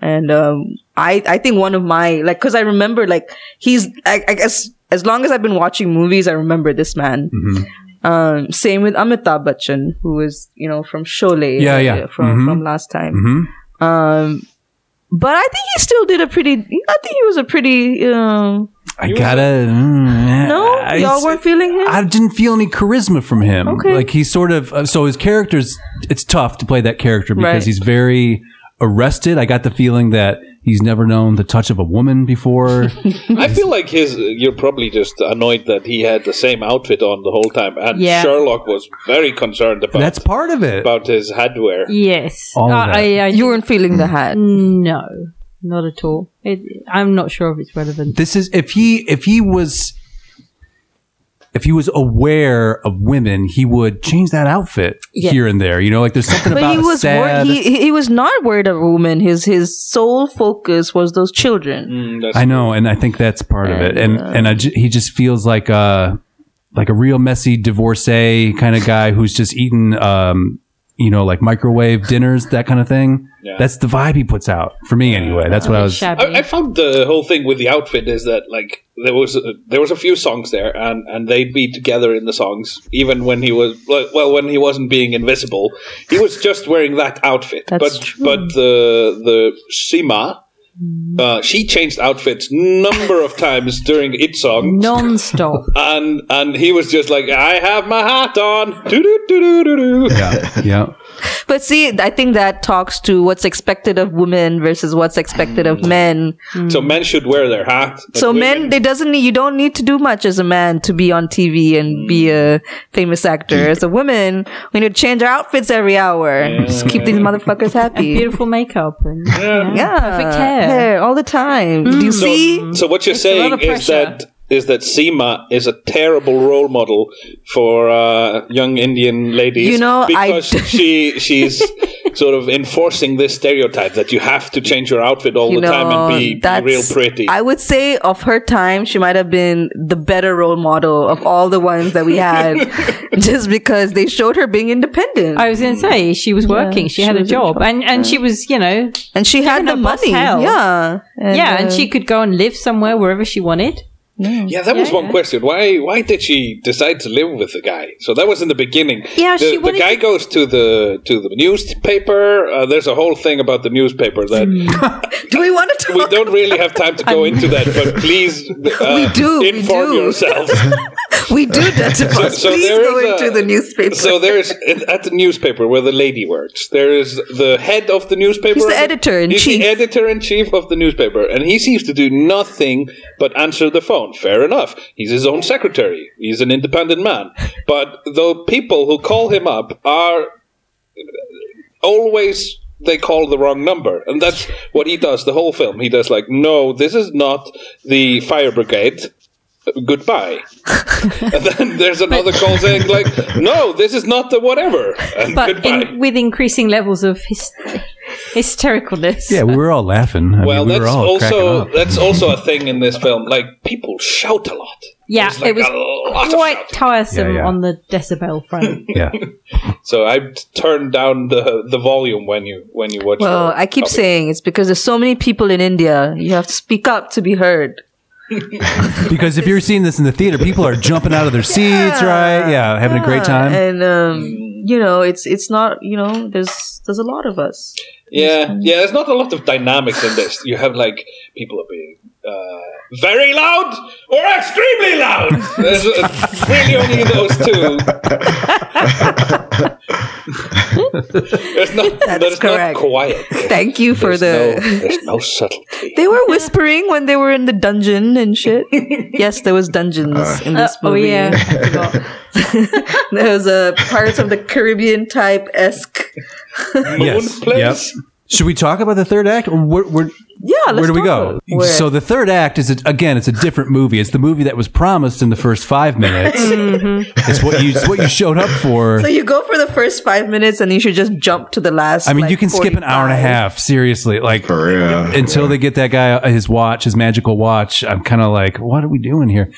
Speaker 2: and um i i think one of my like because i remember like he's I, I guess as long as i've been watching movies i remember this man
Speaker 4: Mm-hmm.
Speaker 2: um, same with Amitabh Bachchan, who was, you know, from Sholay.
Speaker 4: Yeah,
Speaker 2: uh,
Speaker 4: yeah. Mm-hmm.
Speaker 2: From,
Speaker 4: Mhm.
Speaker 2: from last time. Um, but I think he still did a pretty. I think he was a pretty. Um,
Speaker 4: I gotta. mm,
Speaker 2: no,
Speaker 4: I-
Speaker 2: y'all weren't feeling him.
Speaker 4: I didn't feel any charisma from him.
Speaker 2: Okay.
Speaker 4: Like he's sort of uh, so his character's it's tough to play that character because
Speaker 2: Right.
Speaker 4: he's very arrested. I got the feeling that he's never known the touch of a woman before.
Speaker 5: I feel like his. You're probably just annoyed that he had the same outfit on the whole time, and
Speaker 6: Yeah.
Speaker 5: Sherlock was very concerned about
Speaker 4: That's part of it.
Speaker 5: about his headwear.
Speaker 2: Mm.
Speaker 6: Yes.
Speaker 4: All of
Speaker 6: I,
Speaker 4: that.
Speaker 6: I, I,
Speaker 2: you weren't feeling the hat.
Speaker 4: Mm,
Speaker 6: no, not at all. It, I'm not sure if it's relevant.
Speaker 4: This is if he if he was if he was aware of women, he would change that outfit here and there. You know, like there's something
Speaker 2: But
Speaker 4: about
Speaker 2: he was wor-
Speaker 4: sad.
Speaker 2: he he he was not worried of women. His his sole focus was those children.
Speaker 5: Mm, that's-
Speaker 4: I know, and I think that's part of it. And and I ju- he just feels like a like a real messy divorcee kind of guy who's just eating, um, you know, like microwave dinners, that kind of thing.
Speaker 5: Yeah.
Speaker 4: That's the vibe he puts out for me, anyway. That's what I was.
Speaker 6: Shabby.
Speaker 5: I, I found the whole thing with the outfit is that like there was a, there was a few songs there and and they'd be together in the songs even when he was like, well when he wasn't being invisible he was just wearing that outfit
Speaker 2: That's
Speaker 5: but but the the Sima
Speaker 2: Mm.
Speaker 5: uh, she changed outfits number of times during each song
Speaker 2: Mm.
Speaker 6: Non-stop.
Speaker 5: and and he was just like I have my hat on [laughs] do do do do do do
Speaker 4: Yeah,
Speaker 2: But see, I think that talks to what's expected of women versus what's expected of men.
Speaker 5: so men should wear their hat Mm. but
Speaker 2: Mm. So
Speaker 5: women-
Speaker 2: men, they doesn't need, you don't need to do much as a man to be on TV and be a famous actor. As a woman, we need to change our outfits every hour. Just keep these motherfuckers happy.
Speaker 6: [laughs] Beautiful makeup and
Speaker 2: Yeah,
Speaker 6: perfect hair.
Speaker 2: hair all the time.
Speaker 5: Mm.
Speaker 2: Do you see?
Speaker 5: So what you're
Speaker 6: lot
Speaker 5: saying
Speaker 6: of
Speaker 5: is
Speaker 6: pressure.
Speaker 5: that is that Seema is a terrible role model for uh, young Indian ladies.
Speaker 2: You know, I-
Speaker 5: because she she's sort of enforcing this stereotype that you have to change your outfit all
Speaker 2: You
Speaker 5: the time
Speaker 2: know,
Speaker 5: and be, be
Speaker 2: that's
Speaker 5: real pretty.
Speaker 2: I would say of her time, she might have been the better role model of all the ones that we had,
Speaker 5: [laughs]
Speaker 2: [laughs] just because they showed her being independent,
Speaker 6: I was going to say she was working. she, had a job, and and she was, you know,
Speaker 2: and she had
Speaker 6: Giving
Speaker 2: the
Speaker 6: her boss
Speaker 2: money.
Speaker 6: hell.
Speaker 2: Yeah,
Speaker 6: yeah, and
Speaker 2: uh,
Speaker 6: she could go and live somewhere wherever she wanted.
Speaker 5: yeah, that was one question. Why why did she decide to live with the guy? So that was in the beginning.
Speaker 6: Yeah,
Speaker 5: the,
Speaker 6: she
Speaker 5: the
Speaker 6: wanted
Speaker 5: guy goes to the to the newspaper. Uh, there's a whole thing about the newspaper that
Speaker 2: Do we want to talk?
Speaker 5: we don't really have time to go into that. But please, uh,
Speaker 2: [laughs] We do, we
Speaker 5: inform
Speaker 2: do.
Speaker 5: yourselves.
Speaker 2: [laughs] We
Speaker 5: [laughs]
Speaker 2: do that to us.
Speaker 5: so
Speaker 2: Please
Speaker 5: there
Speaker 2: go
Speaker 5: is a-
Speaker 2: into the newspaper.
Speaker 5: So there is at the newspaper where the lady works. There is the head of the newspaper.
Speaker 2: He's the editor-in-chief.
Speaker 5: He's the editor in chief of the newspaper, and he seems to do nothing but answer the phone. Fair enough. He's his own secretary. He's an independent man. But the people who call him up are always they call the wrong number and that's what he does the whole film he does like no this is not the fire brigade
Speaker 2: [laughs]
Speaker 5: goodbye and then there's another call saying like no this is not the whatever and
Speaker 6: but
Speaker 5: goodbye
Speaker 6: in, with increasing levels of hys- [laughs] hystericalness.
Speaker 4: yeah, we were all laughing. I
Speaker 5: well
Speaker 4: mean, we were
Speaker 5: that's
Speaker 4: all cracking
Speaker 5: [laughs] also
Speaker 4: up.
Speaker 5: that's also a thing in this film like people shout a lot
Speaker 6: Yeah,
Speaker 5: It's like
Speaker 6: it was
Speaker 5: a Lots of
Speaker 6: quite
Speaker 5: shouting.
Speaker 6: tiresome
Speaker 4: Yeah, yeah.
Speaker 6: on the decibel front.
Speaker 4: Yeah.
Speaker 5: So I turned down the the volume when you when you watch.
Speaker 2: Well,
Speaker 5: the
Speaker 2: I keep
Speaker 5: topic.
Speaker 2: saying it's because there's so many people in India. You have to speak up to be heard.
Speaker 4: Because if you're seeing this in the theater, people are jumping out of their seats, right? Yeah, having a great time.
Speaker 2: Uh, And um, you know, it's it's not you know, there's there's a lot of us.
Speaker 5: Yeah, yeah. There's not a lot of dynamics in this. You have like people are being uh, very loud or extremely loud. There's uh, really only those two. there's not, there's
Speaker 2: correct.
Speaker 5: not quiet.
Speaker 2: Thank you for
Speaker 5: There's
Speaker 2: the
Speaker 5: no, there's no subtlety.
Speaker 2: [laughs] They were whispering when they were in the dungeon and
Speaker 5: [laughs]
Speaker 2: shit. yes, there was dungeons in
Speaker 6: Uh,
Speaker 2: this
Speaker 6: oh
Speaker 2: movie.
Speaker 6: yeah, I forgot.
Speaker 2: [laughs] there was a Pirates of the Caribbean type esque.
Speaker 5: Moon place.
Speaker 4: Yep. Should we talk about the third act? Or where, where,
Speaker 2: Yeah, let's
Speaker 4: where do we
Speaker 2: talk
Speaker 4: go?
Speaker 2: about it. Where-
Speaker 4: So the third act is a, again, it's a different movie. It's the movie that was promised in the first
Speaker 2: [laughs]
Speaker 4: five minutes. It's what you it's what you showed up for.
Speaker 2: Mm-hmm. so you go for the first five minutes and you should just jump to the last.
Speaker 4: I mean,
Speaker 2: like,
Speaker 4: you can skip an hour and a
Speaker 2: 45.
Speaker 4: half. Seriously, like
Speaker 7: [laughs] For real.
Speaker 4: until they get that guy uh, his watch, his magical watch. I'm kind of like, what are we doing here?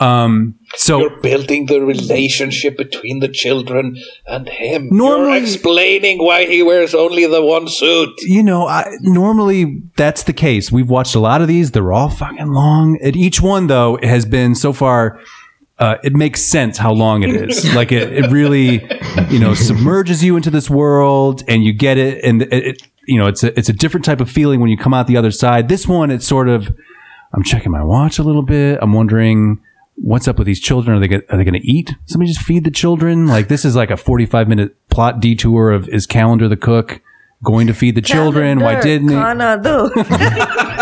Speaker 4: Um, so
Speaker 5: You're building the relationship between the children and him.
Speaker 4: Normally-
Speaker 5: You're explaining why he wears only the one suit.
Speaker 4: you know, I, normally that's the case. We've watched a lot of these; they're all fucking long. And each one, though, has been so far. Uh, it makes sense how long it is. like it, it really, you know, submerges you into this world, and you get it. And it, it, you know, it's a it's a different type of feeling when you come out the other side. This one, it's sort of. I'm checking my watch a little bit. I'm wondering what's up with these children. Are they gonna, are they going to eat? Somebody just feed the children. Like this is like a 45 minute plot detour of is Calendar the cook going to feed the children? Why didn't he?
Speaker 2: Kana,
Speaker 4: [laughs]
Speaker 2: though. [laughs]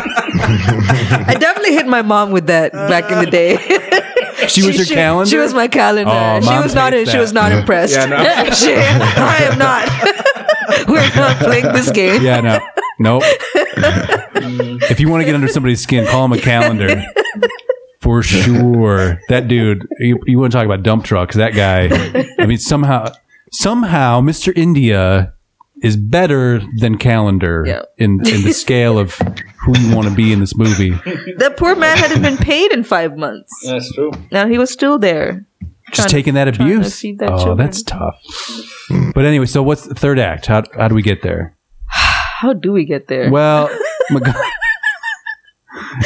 Speaker 2: I definitely hit my mom with that back in the day.
Speaker 4: [laughs] She was your
Speaker 2: she,
Speaker 4: calendar.
Speaker 2: She was my calendar.
Speaker 4: Oh,
Speaker 2: she
Speaker 4: mom
Speaker 2: was not.
Speaker 4: hates
Speaker 2: She was
Speaker 4: that.
Speaker 2: not impressed.
Speaker 8: Yeah, no.
Speaker 2: [laughs] She- I am not. [laughs] We're not playing this game.
Speaker 4: yeah, no,
Speaker 2: [laughs]
Speaker 4: nope. if you want to get under somebody's skin, call him a calendar. For sure, that dude. You, you want to talk about dump trucks? That guy. I mean, somehow, somehow, Mister India is better than Calendar
Speaker 2: Yeah.
Speaker 4: in in the scale of who you want to be in this movie.
Speaker 2: That poor man hadn't been paid in five months.
Speaker 5: That's true.
Speaker 2: Now he was still there.
Speaker 4: Just
Speaker 2: Trying-
Speaker 4: taking that
Speaker 2: trying to
Speaker 4: abuse.
Speaker 2: feed that
Speaker 4: oh,
Speaker 2: children.
Speaker 4: that's tough. But anyway, so what's the third act? How how do we get there?
Speaker 2: How do we get there? [laughs]
Speaker 4: Well, Mag-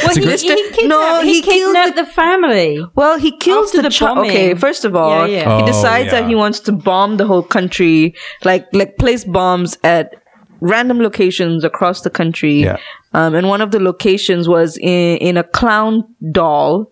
Speaker 6: Well, he,
Speaker 4: great-
Speaker 6: he kidnapped,
Speaker 2: No,
Speaker 6: he
Speaker 2: he killed
Speaker 6: kidnapped the family.
Speaker 2: Well, he kills
Speaker 6: After
Speaker 2: the,
Speaker 6: the
Speaker 2: child.
Speaker 6: bombing.
Speaker 2: Okay, first of all,
Speaker 6: Yeah, yeah.
Speaker 2: he
Speaker 4: Oh,
Speaker 2: decides
Speaker 4: yeah.
Speaker 2: that he wants to bomb the whole country, like like place bombs at random locations across the country.
Speaker 4: Yeah.
Speaker 2: Um, and one of the locations was in in a clown doll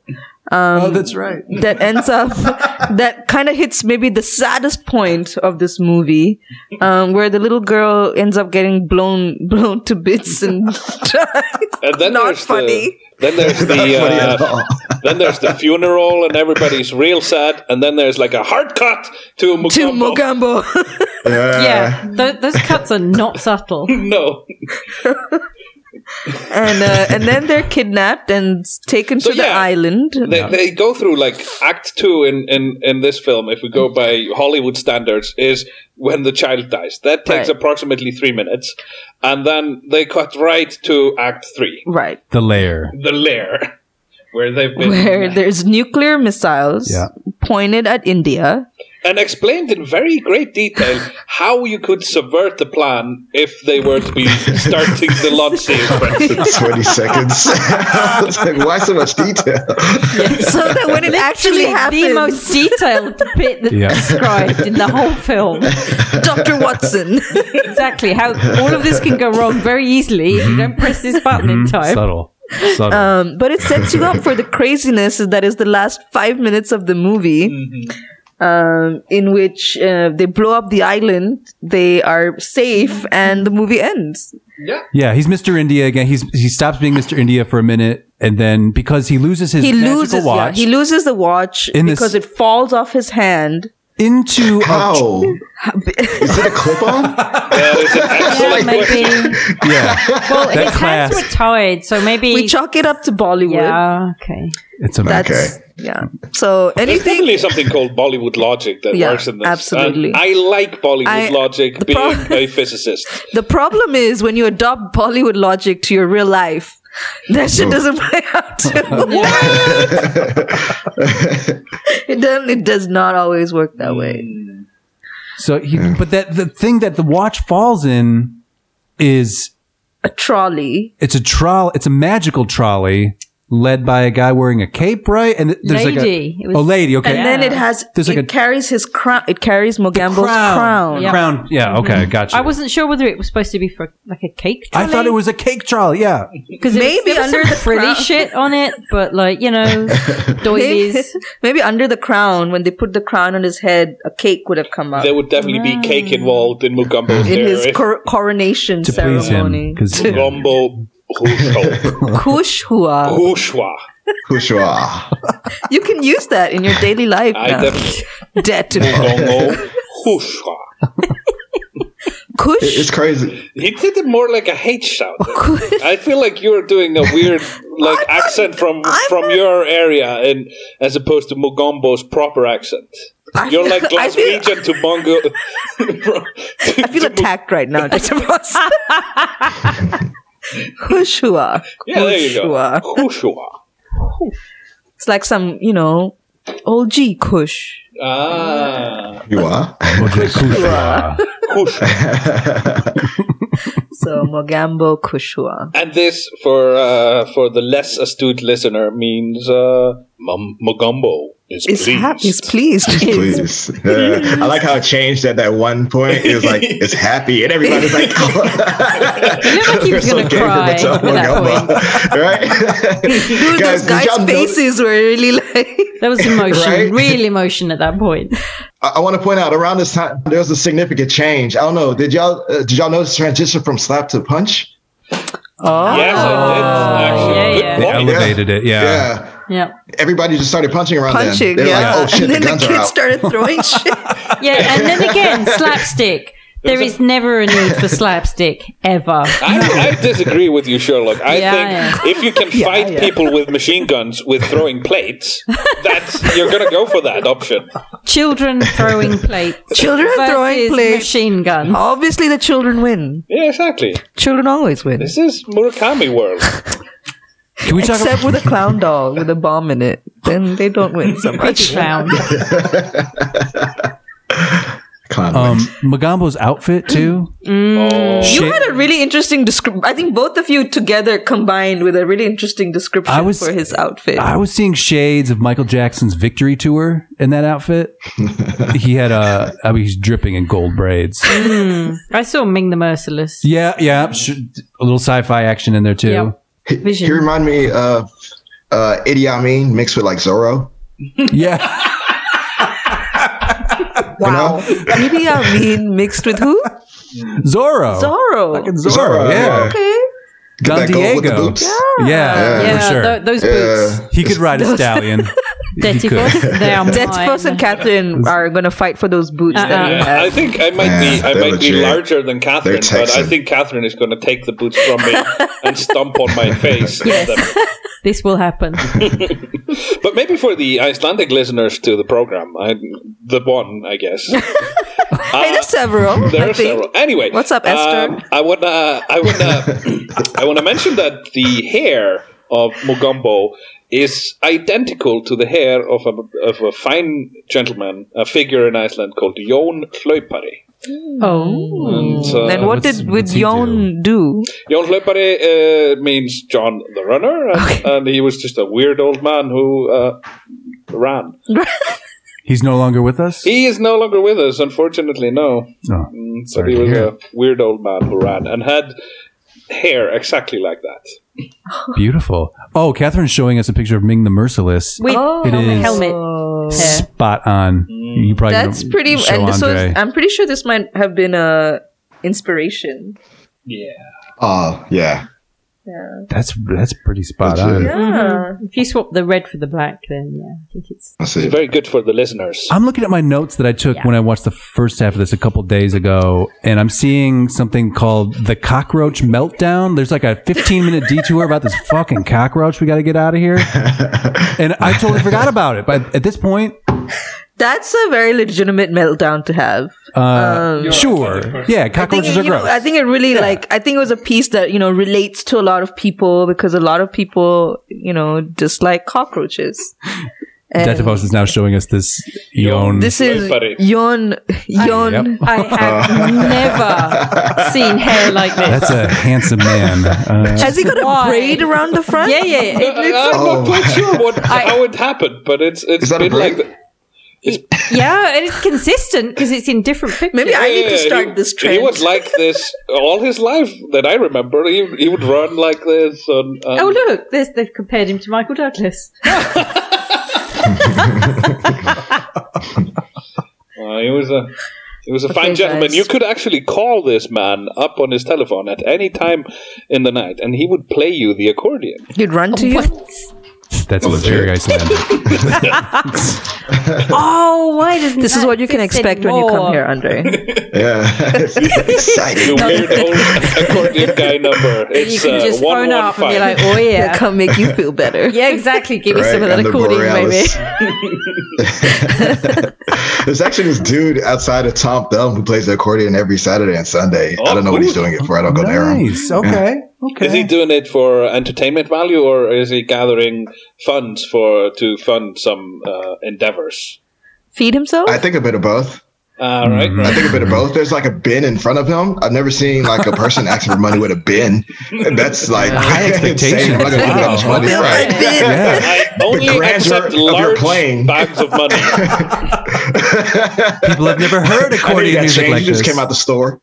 Speaker 4: oh, that's right.
Speaker 2: that ends up [laughs] that kind of hits maybe the saddest point of this movie, um, where the little girl ends up getting blown [laughs] blown to bits and [laughs]
Speaker 5: And then
Speaker 2: Not
Speaker 5: there's
Speaker 2: funny.
Speaker 5: The, then there's
Speaker 7: Not
Speaker 5: the
Speaker 7: funny at
Speaker 5: uh,
Speaker 7: all.
Speaker 5: then there's the funeral, and everybody's real sad. And then there's like a hard cut to Mugambo.
Speaker 2: to Mogambo. [laughs]
Speaker 7: Yeah.
Speaker 6: yeah, th- those cuts are not subtle.
Speaker 5: [laughs] No,
Speaker 2: and uh, and then they're kidnapped and taken
Speaker 5: So,
Speaker 2: to the
Speaker 5: yeah.
Speaker 2: island.
Speaker 5: they, they go through like Act Two in, in in this film. If we go by Hollywood standards, is when the child dies. That takes
Speaker 2: Right.
Speaker 5: approximately three minutes, and then they cut right to Act Three,
Speaker 2: Right.
Speaker 4: The lair.
Speaker 5: the lair, where they've been
Speaker 2: Where there's nuclear missiles
Speaker 4: Yeah.
Speaker 2: pointed at
Speaker 4: [laughs]
Speaker 2: India.
Speaker 5: and explained in very great detail how you could subvert the plan if they were to be starting the launch sequence.
Speaker 7: [laughs] 20 seconds. I was like, why so much detail?
Speaker 2: So that when it actually
Speaker 6: the
Speaker 2: happens, [laughs]
Speaker 6: most detailed bit that's
Speaker 4: Yeah.
Speaker 6: described in the whole film.
Speaker 2: Dr. Watson.
Speaker 6: Exactly how all of this can go wrong very easily
Speaker 4: Mm-hmm.
Speaker 6: if you don't press this button in time.
Speaker 4: Subtle. Subtle.
Speaker 2: [laughs] Um, but it sets you up for the craziness that is the last five minutes of the movie,
Speaker 4: Mm-hmm.
Speaker 2: um, in which uh, they blow up the island, they are safe, and the movie ends.
Speaker 4: yeah, he's Mr. India again. He's he stops being Mr. India for a minute, and then because he loses his
Speaker 2: He
Speaker 4: magical
Speaker 2: loses, yeah,
Speaker 4: watch
Speaker 2: he loses the watch
Speaker 4: In this-
Speaker 2: because it falls off his
Speaker 4: [laughs]
Speaker 2: hand.
Speaker 4: into a,
Speaker 7: How? Is it a clip on?
Speaker 6: Yeah, maybe.
Speaker 4: yeah,
Speaker 6: Well, his hands
Speaker 4: clasp.
Speaker 6: were tied, so maybe.
Speaker 2: We chalk it up to Bollywood.
Speaker 6: yeah, okay.
Speaker 4: it's a
Speaker 2: That's yeah. So
Speaker 5: There's
Speaker 2: anything
Speaker 5: definitely something called Bollywood logic that
Speaker 2: Yeah,
Speaker 5: works in this.
Speaker 2: absolutely.
Speaker 5: And I like Bollywood
Speaker 2: I-
Speaker 5: logic
Speaker 2: the
Speaker 5: being
Speaker 2: pro- [laughs]
Speaker 5: a physicist.
Speaker 2: The problem is when you adopt Bollywood logic to your real life, That shit doesn't [laughs] play out. too. it doesn't. It does not always work that way.
Speaker 4: So he, but that the thing that the watch falls in is
Speaker 2: A trolley.
Speaker 4: it's a trolley. It's a magical trolley led by a guy wearing a cape, right? And th- there's
Speaker 6: Lady.
Speaker 4: like
Speaker 6: It was-
Speaker 4: a oh lady. Okay,
Speaker 2: And then it has
Speaker 4: There's like
Speaker 2: it
Speaker 4: a-
Speaker 2: carries his crown it carries Mogambo's crown. Mm-hmm.
Speaker 6: Yeah.
Speaker 4: Crown. Yeah. Okay. Gotcha.
Speaker 6: I wasn't sure whether it was supposed to be for like a cake.
Speaker 4: I thought it was a cake trolley. Yeah.
Speaker 6: because
Speaker 2: Maybe
Speaker 6: maybe
Speaker 2: under
Speaker 6: under
Speaker 2: the
Speaker 6: frilly
Speaker 2: crown.
Speaker 6: shit on it, but like
Speaker 4: [laughs]
Speaker 6: you know,
Speaker 2: Maybe, [laughs]
Speaker 6: doilies.
Speaker 2: maybe under the crown, when they put the crown on his head, a cake would have come up
Speaker 5: There would definitely be cake involved in Mugambo's
Speaker 2: Mm. in
Speaker 5: there.
Speaker 2: his cor- coronation
Speaker 4: To please
Speaker 2: [laughs]
Speaker 4: him,
Speaker 2: ceremony.
Speaker 5: [laughs]
Speaker 4: because
Speaker 5: Mugambo Hushwa.
Speaker 2: Kushhua.
Speaker 5: Hushwa.
Speaker 7: Kushwa.
Speaker 2: You can use that in your daily life
Speaker 5: I
Speaker 2: now. [laughs]
Speaker 5: definitely.
Speaker 2: Dead to
Speaker 5: [laughs]
Speaker 2: me.
Speaker 5: Mugongo Hushwa.
Speaker 7: It- It's
Speaker 2: Kush.
Speaker 7: crazy.
Speaker 5: He did it more like a H sound. I feel like you're doing a weird like accent from
Speaker 2: I'm
Speaker 5: from
Speaker 2: not-
Speaker 5: your area, and as opposed to Mugombo's proper accent. You're like
Speaker 2: I feel,
Speaker 5: Glaswegian to
Speaker 2: [laughs]
Speaker 5: Mongo.
Speaker 2: I feel attacked right now. Just about [laughs] Kushhua.
Speaker 5: [laughs] yeah, there you go.
Speaker 2: Hushwa.
Speaker 5: Hushwa.
Speaker 2: It's like some, you know, old G Kush.
Speaker 5: Ah,
Speaker 7: You are? [laughs]
Speaker 5: Hushwa.
Speaker 2: So Mogambo Kushua.
Speaker 5: [laughs] And this, for uh, for the less astute listener, means uh, Mum- Mugombo is
Speaker 2: Is
Speaker 5: pleased.
Speaker 2: happy. Is pleased.
Speaker 7: Please. Yeah. I like how it changed at that one point. It was like, it's happy. And everybody's like, [laughs]
Speaker 6: like he
Speaker 7: You're
Speaker 6: was gonna
Speaker 7: gay for
Speaker 6: cry
Speaker 7: the top
Speaker 6: at that
Speaker 7: one, Gumbo. [laughs] Right?
Speaker 2: Dude, those
Speaker 7: Guys, did
Speaker 2: guys'
Speaker 7: y'all know-
Speaker 2: faces were really like.
Speaker 5: [laughs]
Speaker 6: There was
Speaker 4: [laughs]
Speaker 6: emotion,
Speaker 7: Right?
Speaker 6: real emotion at that point.
Speaker 7: I, I want to point out around this time, there was a significant change. I don't know. Did y'all, uh, did y'all notice the transition from slap to punch?
Speaker 2: Oh,
Speaker 5: Yes, I did.
Speaker 6: yeah, yeah.
Speaker 5: Actually, good
Speaker 4: they
Speaker 5: point.
Speaker 4: elevated it. Yeah.
Speaker 7: Yeah.
Speaker 6: Yeah,
Speaker 7: Everybody just started punching around then.
Speaker 2: punching.
Speaker 7: They were
Speaker 2: yeah.
Speaker 7: like, oh shit,
Speaker 2: and
Speaker 7: the
Speaker 2: then the,
Speaker 7: guns are
Speaker 2: kids
Speaker 7: out.
Speaker 2: started
Speaker 7: [laughs]
Speaker 2: throwing shit.
Speaker 6: yeah. And then
Speaker 4: [laughs]
Speaker 6: again, slapstick. There is never a need for slapstick ever.
Speaker 5: I, I disagree with you, Sherlock. I
Speaker 6: Yeah,
Speaker 5: think
Speaker 6: [laughs] yeah.
Speaker 5: if you can fight people with machine guns with throwing
Speaker 6: [laughs]
Speaker 5: plates, that's you're gonna go for that option.
Speaker 6: Children throwing plates.
Speaker 2: Children
Speaker 6: versus
Speaker 2: throwing plates.
Speaker 6: Machine guns.
Speaker 2: Obviously, the children win.
Speaker 5: Yeah, exactly.
Speaker 2: Children always win.
Speaker 5: This is Murakami
Speaker 6: [laughs]
Speaker 5: world.
Speaker 4: Can we talk?
Speaker 2: Except with a clown doll with a bomb in it. Then they don't win so
Speaker 6: Big
Speaker 2: much.
Speaker 6: clown.
Speaker 7: Clown
Speaker 4: about, um,
Speaker 7: legs.
Speaker 4: Magambo's outfit too?
Speaker 5: Oh,
Speaker 2: You
Speaker 4: Shit.
Speaker 2: had a really interesting description. I think both of you together combined with a really interesting description
Speaker 4: I was-
Speaker 2: for his outfit.
Speaker 4: I was seeing shades of Michael Jackson's Victory Tour in that outfit. he had a. I mean, he's dripping in gold braids.
Speaker 6: I saw Ming the Merciless.
Speaker 4: Yeah, yeah. sh- A little sci-fi action in there too.
Speaker 6: Yep.
Speaker 7: He
Speaker 6: Vision.
Speaker 7: remind me of uh, Idi Amin mixed with like Zorro.
Speaker 4: Yeah,
Speaker 2: wow. Maybe I mean mixed with
Speaker 4: [laughs]
Speaker 2: who? [laughs]
Speaker 4: Zorro.
Speaker 2: Zorro.
Speaker 4: Zorro, yeah.
Speaker 2: Okay.
Speaker 4: Don
Speaker 7: That gold with the
Speaker 4: Diego.
Speaker 7: boots.
Speaker 4: Yeah,
Speaker 6: Yeah,
Speaker 4: for sure.
Speaker 6: tho- those boots.
Speaker 7: Yeah.
Speaker 4: he could ride a stallion. He
Speaker 6: Dirty
Speaker 4: could.
Speaker 6: Boss,
Speaker 4: [laughs]
Speaker 6: they are mine.
Speaker 2: Deadpool and Catherine are going to fight for those boots. that
Speaker 6: Uh-uh.
Speaker 2: he
Speaker 5: yeah. I
Speaker 2: has.
Speaker 5: think I might be
Speaker 7: Yeah,
Speaker 5: I
Speaker 7: they're
Speaker 5: might be
Speaker 7: legit.
Speaker 5: larger than Catherine, but I
Speaker 7: Texan.
Speaker 5: think Catherine is gonna take the boots from
Speaker 6: [laughs]
Speaker 5: me and stomp on my face.
Speaker 6: Yes. This will happen.
Speaker 5: But maybe for the Icelandic listeners to the program, I, the one,
Speaker 2: [laughs]
Speaker 5: I guess.
Speaker 2: Hey, there's several.
Speaker 5: [laughs] There
Speaker 2: I
Speaker 5: are
Speaker 2: think.
Speaker 5: several. Anyway,
Speaker 2: What's up, Esther?
Speaker 5: um, I wanna, I wanna, [coughs] I wanna mention that the hair of Mugombo is identical to the hair of a of a fine gentleman, a figure in Iceland called Jón Hlaupari.
Speaker 6: Oh.
Speaker 5: And, uh,
Speaker 2: Hmm. Then what
Speaker 4: What's-
Speaker 2: did
Speaker 4: what's
Speaker 2: with
Speaker 4: he
Speaker 2: Yon do?
Speaker 5: Jón Hlaupari uh, means John the Runner, and, and he was just a weird old man who uh, ran.
Speaker 4: He's no longer with us.
Speaker 5: He is no longer with us, unfortunately. No.
Speaker 4: Oh,
Speaker 5: Mm, But
Speaker 4: sorry
Speaker 5: he
Speaker 4: to
Speaker 5: was
Speaker 4: hear.
Speaker 5: a weird old man who ran and had hair exactly like that.
Speaker 4: Beautiful. Oh, Catherine's showing us a picture of Ming the Merciless.
Speaker 6: With
Speaker 2: Oh.
Speaker 4: It is
Speaker 6: Oh. helmet. hair.
Speaker 4: spot on. You probably
Speaker 2: That's
Speaker 4: don't
Speaker 2: pretty.
Speaker 4: show
Speaker 2: And this was, uh,
Speaker 4: Andre.
Speaker 2: I'm pretty sure this might have been a inspiration.
Speaker 5: Yeah.
Speaker 7: Oh, yeah.
Speaker 4: that's that's pretty spot
Speaker 7: That's
Speaker 4: on.
Speaker 7: it.
Speaker 2: Yeah.
Speaker 6: If you swap the red for the black, then yeah, I think it's.
Speaker 7: That's it.
Speaker 5: Very good for the listeners.
Speaker 7: Ah.
Speaker 4: I'm looking at my notes that I took when I watched the first half of this a couple days ago, and I'm seeing something called the cockroach meltdown. There's like a 15 minute detour about this fucking
Speaker 5: [laughs]
Speaker 4: cockroach. We got to get out of here, and I totally forgot about it. But at this point,
Speaker 2: That's a very legitimate meltdown to have.
Speaker 4: Uh, sure.
Speaker 5: You're-
Speaker 4: Yeah,
Speaker 2: Oh. I think,
Speaker 4: cockroaches
Speaker 2: it-
Speaker 4: are
Speaker 2: you know,
Speaker 4: gross.
Speaker 2: I think it really like I think it was a piece that you know relates to a lot of people because a lot of people you know dislike cockroaches. And
Speaker 4: Datavos is now showing us this Yon.
Speaker 2: this is
Speaker 5: Sorry.
Speaker 2: yon yon.
Speaker 4: Yep.
Speaker 6: I
Speaker 7: [laughs] Uh.
Speaker 6: have never seen hair like this.
Speaker 4: That's a handsome man. Uh,
Speaker 2: [laughs] Has he got a
Speaker 6: Why?
Speaker 2: braid around the front?
Speaker 6: yeah, yeah. yeah. It
Speaker 5: I,
Speaker 6: looks,
Speaker 5: am
Speaker 7: Oh.
Speaker 5: not quite sure
Speaker 6: [laughs]
Speaker 5: what how it happened, but it's it's
Speaker 7: Is that a
Speaker 5: been like
Speaker 7: break?
Speaker 5: the,
Speaker 6: yeah, and it's consistent because it's in different pictures.
Speaker 2: Maybe I need to
Speaker 5: Yeah,
Speaker 2: start
Speaker 5: he,
Speaker 2: this trend.
Speaker 5: He was like this all his life that I remember. He, he would run like this. On, on-
Speaker 6: Oh look, there's, they've compared him to Michael
Speaker 5: [laughs]
Speaker 6: Douglas.
Speaker 5: Uh, he was a he was a fine gentleman.
Speaker 6: guys.
Speaker 5: You could actually call this man up on his telephone at any time in the night, and he would play you the accordion.
Speaker 2: [laughs] He'd run to you.
Speaker 4: that's very
Speaker 5: [laughs]
Speaker 4: Icelandic.
Speaker 6: Oh, why doesn't
Speaker 2: This
Speaker 6: is
Speaker 2: is what you can expect when you come here, Andre.
Speaker 7: [laughs] Yeah.
Speaker 5: The
Speaker 7: Exciting.
Speaker 5: weird old
Speaker 6: [laughs]
Speaker 5: accordion guy number.
Speaker 6: You
Speaker 5: It's
Speaker 6: can just
Speaker 5: uh,
Speaker 6: phone up and be
Speaker 5: 115.
Speaker 6: like, oh [laughs]
Speaker 2: [laughs]
Speaker 6: yeah,
Speaker 2: That come make you feel better.
Speaker 6: [laughs] yeah, exactly. Give me [laughs]
Speaker 7: Right,
Speaker 6: some of that
Speaker 7: and the
Speaker 6: accordion, maybe.
Speaker 7: Borealis. [laughs] There's actually this dude outside of Tom Thumb who plays the accordion every Saturday and Sunday. I don't know what he's doing it for. I don't go near him.
Speaker 4: nice. Okay. Okay.
Speaker 5: Is he doing it for entertainment value, or is he gathering funds for to fund some uh, endeavors? Mm-hmm.
Speaker 2: Feed himself.
Speaker 7: I think a bit of both.
Speaker 2: Ah,
Speaker 5: All right,
Speaker 7: I
Speaker 5: right.
Speaker 7: think a bit of both. There's like a bin in front of him. I've never seen like a person asking for money with a bin. That's like
Speaker 5: [laughs]
Speaker 4: High expectations.
Speaker 7: [laughs] insane. I'm not gonna give that much
Speaker 4: Wow.
Speaker 7: money.
Speaker 4: Yeah.
Speaker 7: Right.
Speaker 4: Yeah.
Speaker 5: I only
Speaker 7: grandeur
Speaker 5: accept
Speaker 7: of your
Speaker 5: large
Speaker 7: playing.
Speaker 5: bags of
Speaker 7: [laughs]
Speaker 5: money.
Speaker 4: People have never heard
Speaker 7: I think
Speaker 4: accordion
Speaker 7: that
Speaker 4: music
Speaker 7: change
Speaker 4: like
Speaker 7: just
Speaker 4: this.
Speaker 7: came out the store.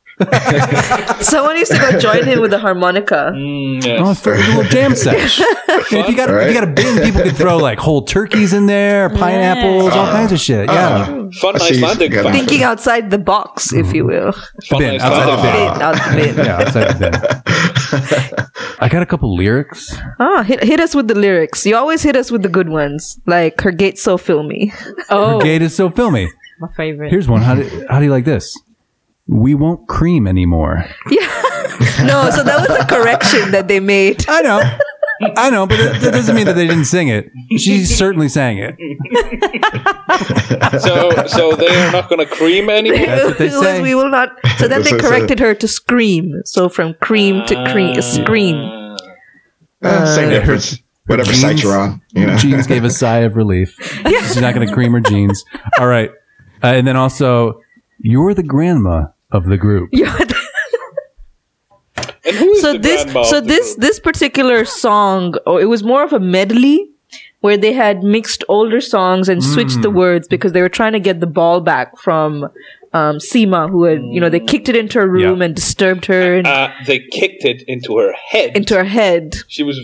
Speaker 2: Someone used to go join him with a harmonica.
Speaker 5: Mm, yes.
Speaker 4: Oh, it's for a little
Speaker 7: [laughs]
Speaker 4: jam sesh. And [laughs] if you got if you
Speaker 7: Right?
Speaker 4: got a bin, people could throw like whole turkeys in there, pineapples, all kinds of shit. Yeah,
Speaker 7: Uh,
Speaker 5: Fun
Speaker 7: I see you
Speaker 5: Icelandic
Speaker 7: got it.
Speaker 5: fact.
Speaker 2: Thinking outside the box, if you
Speaker 7: [laughs]
Speaker 2: will.
Speaker 5: Fun
Speaker 4: bin, outside the
Speaker 5: Icelandic
Speaker 4: bin.
Speaker 5: fact.
Speaker 2: Bin, out the bin.
Speaker 4: yeah. outside of
Speaker 7: [laughs]
Speaker 4: that. I got a couple lyrics.
Speaker 2: Ah, hit, hit us with the lyrics. You always hit us with the good ones, like her gate's so filmy.
Speaker 6: Oh,
Speaker 4: Gate is so filmy.
Speaker 6: my favorite.
Speaker 4: Here's one. How do how do you like this? We won't cream anymore.
Speaker 2: [laughs] No, so that was a correction that they made.
Speaker 4: I know. I know, but that, that doesn't mean that they didn't sing it. She certainly sang it.
Speaker 5: So, so they are not going to cream anymore.
Speaker 4: That's what they
Speaker 2: [laughs] It was,
Speaker 4: say.
Speaker 2: we will not. So then they
Speaker 7: That's what I said.
Speaker 2: corrected her to scream. So from cream to cream, scream. [laughs]
Speaker 7: uh, same difference. Whatever site you're on, you know.
Speaker 4: [laughs] Jeans gave a sigh of relief. She's not going to cream her jeans. All right. Uh, and then also, you're the grandma of the group.
Speaker 5: And who is
Speaker 2: So
Speaker 5: the
Speaker 2: this,
Speaker 5: grandma of
Speaker 2: so
Speaker 5: the
Speaker 2: this,
Speaker 5: group?
Speaker 2: this particular song, or it was more of a medley where they had mixed older songs and switched the
Speaker 4: Hmm.
Speaker 2: words because they were trying to get the ball back from um, Seema, who had, you know, they kicked it into her room
Speaker 4: Yeah.
Speaker 2: and disturbed her and
Speaker 5: Uh, they kicked it into her head.
Speaker 2: into her head.
Speaker 5: she was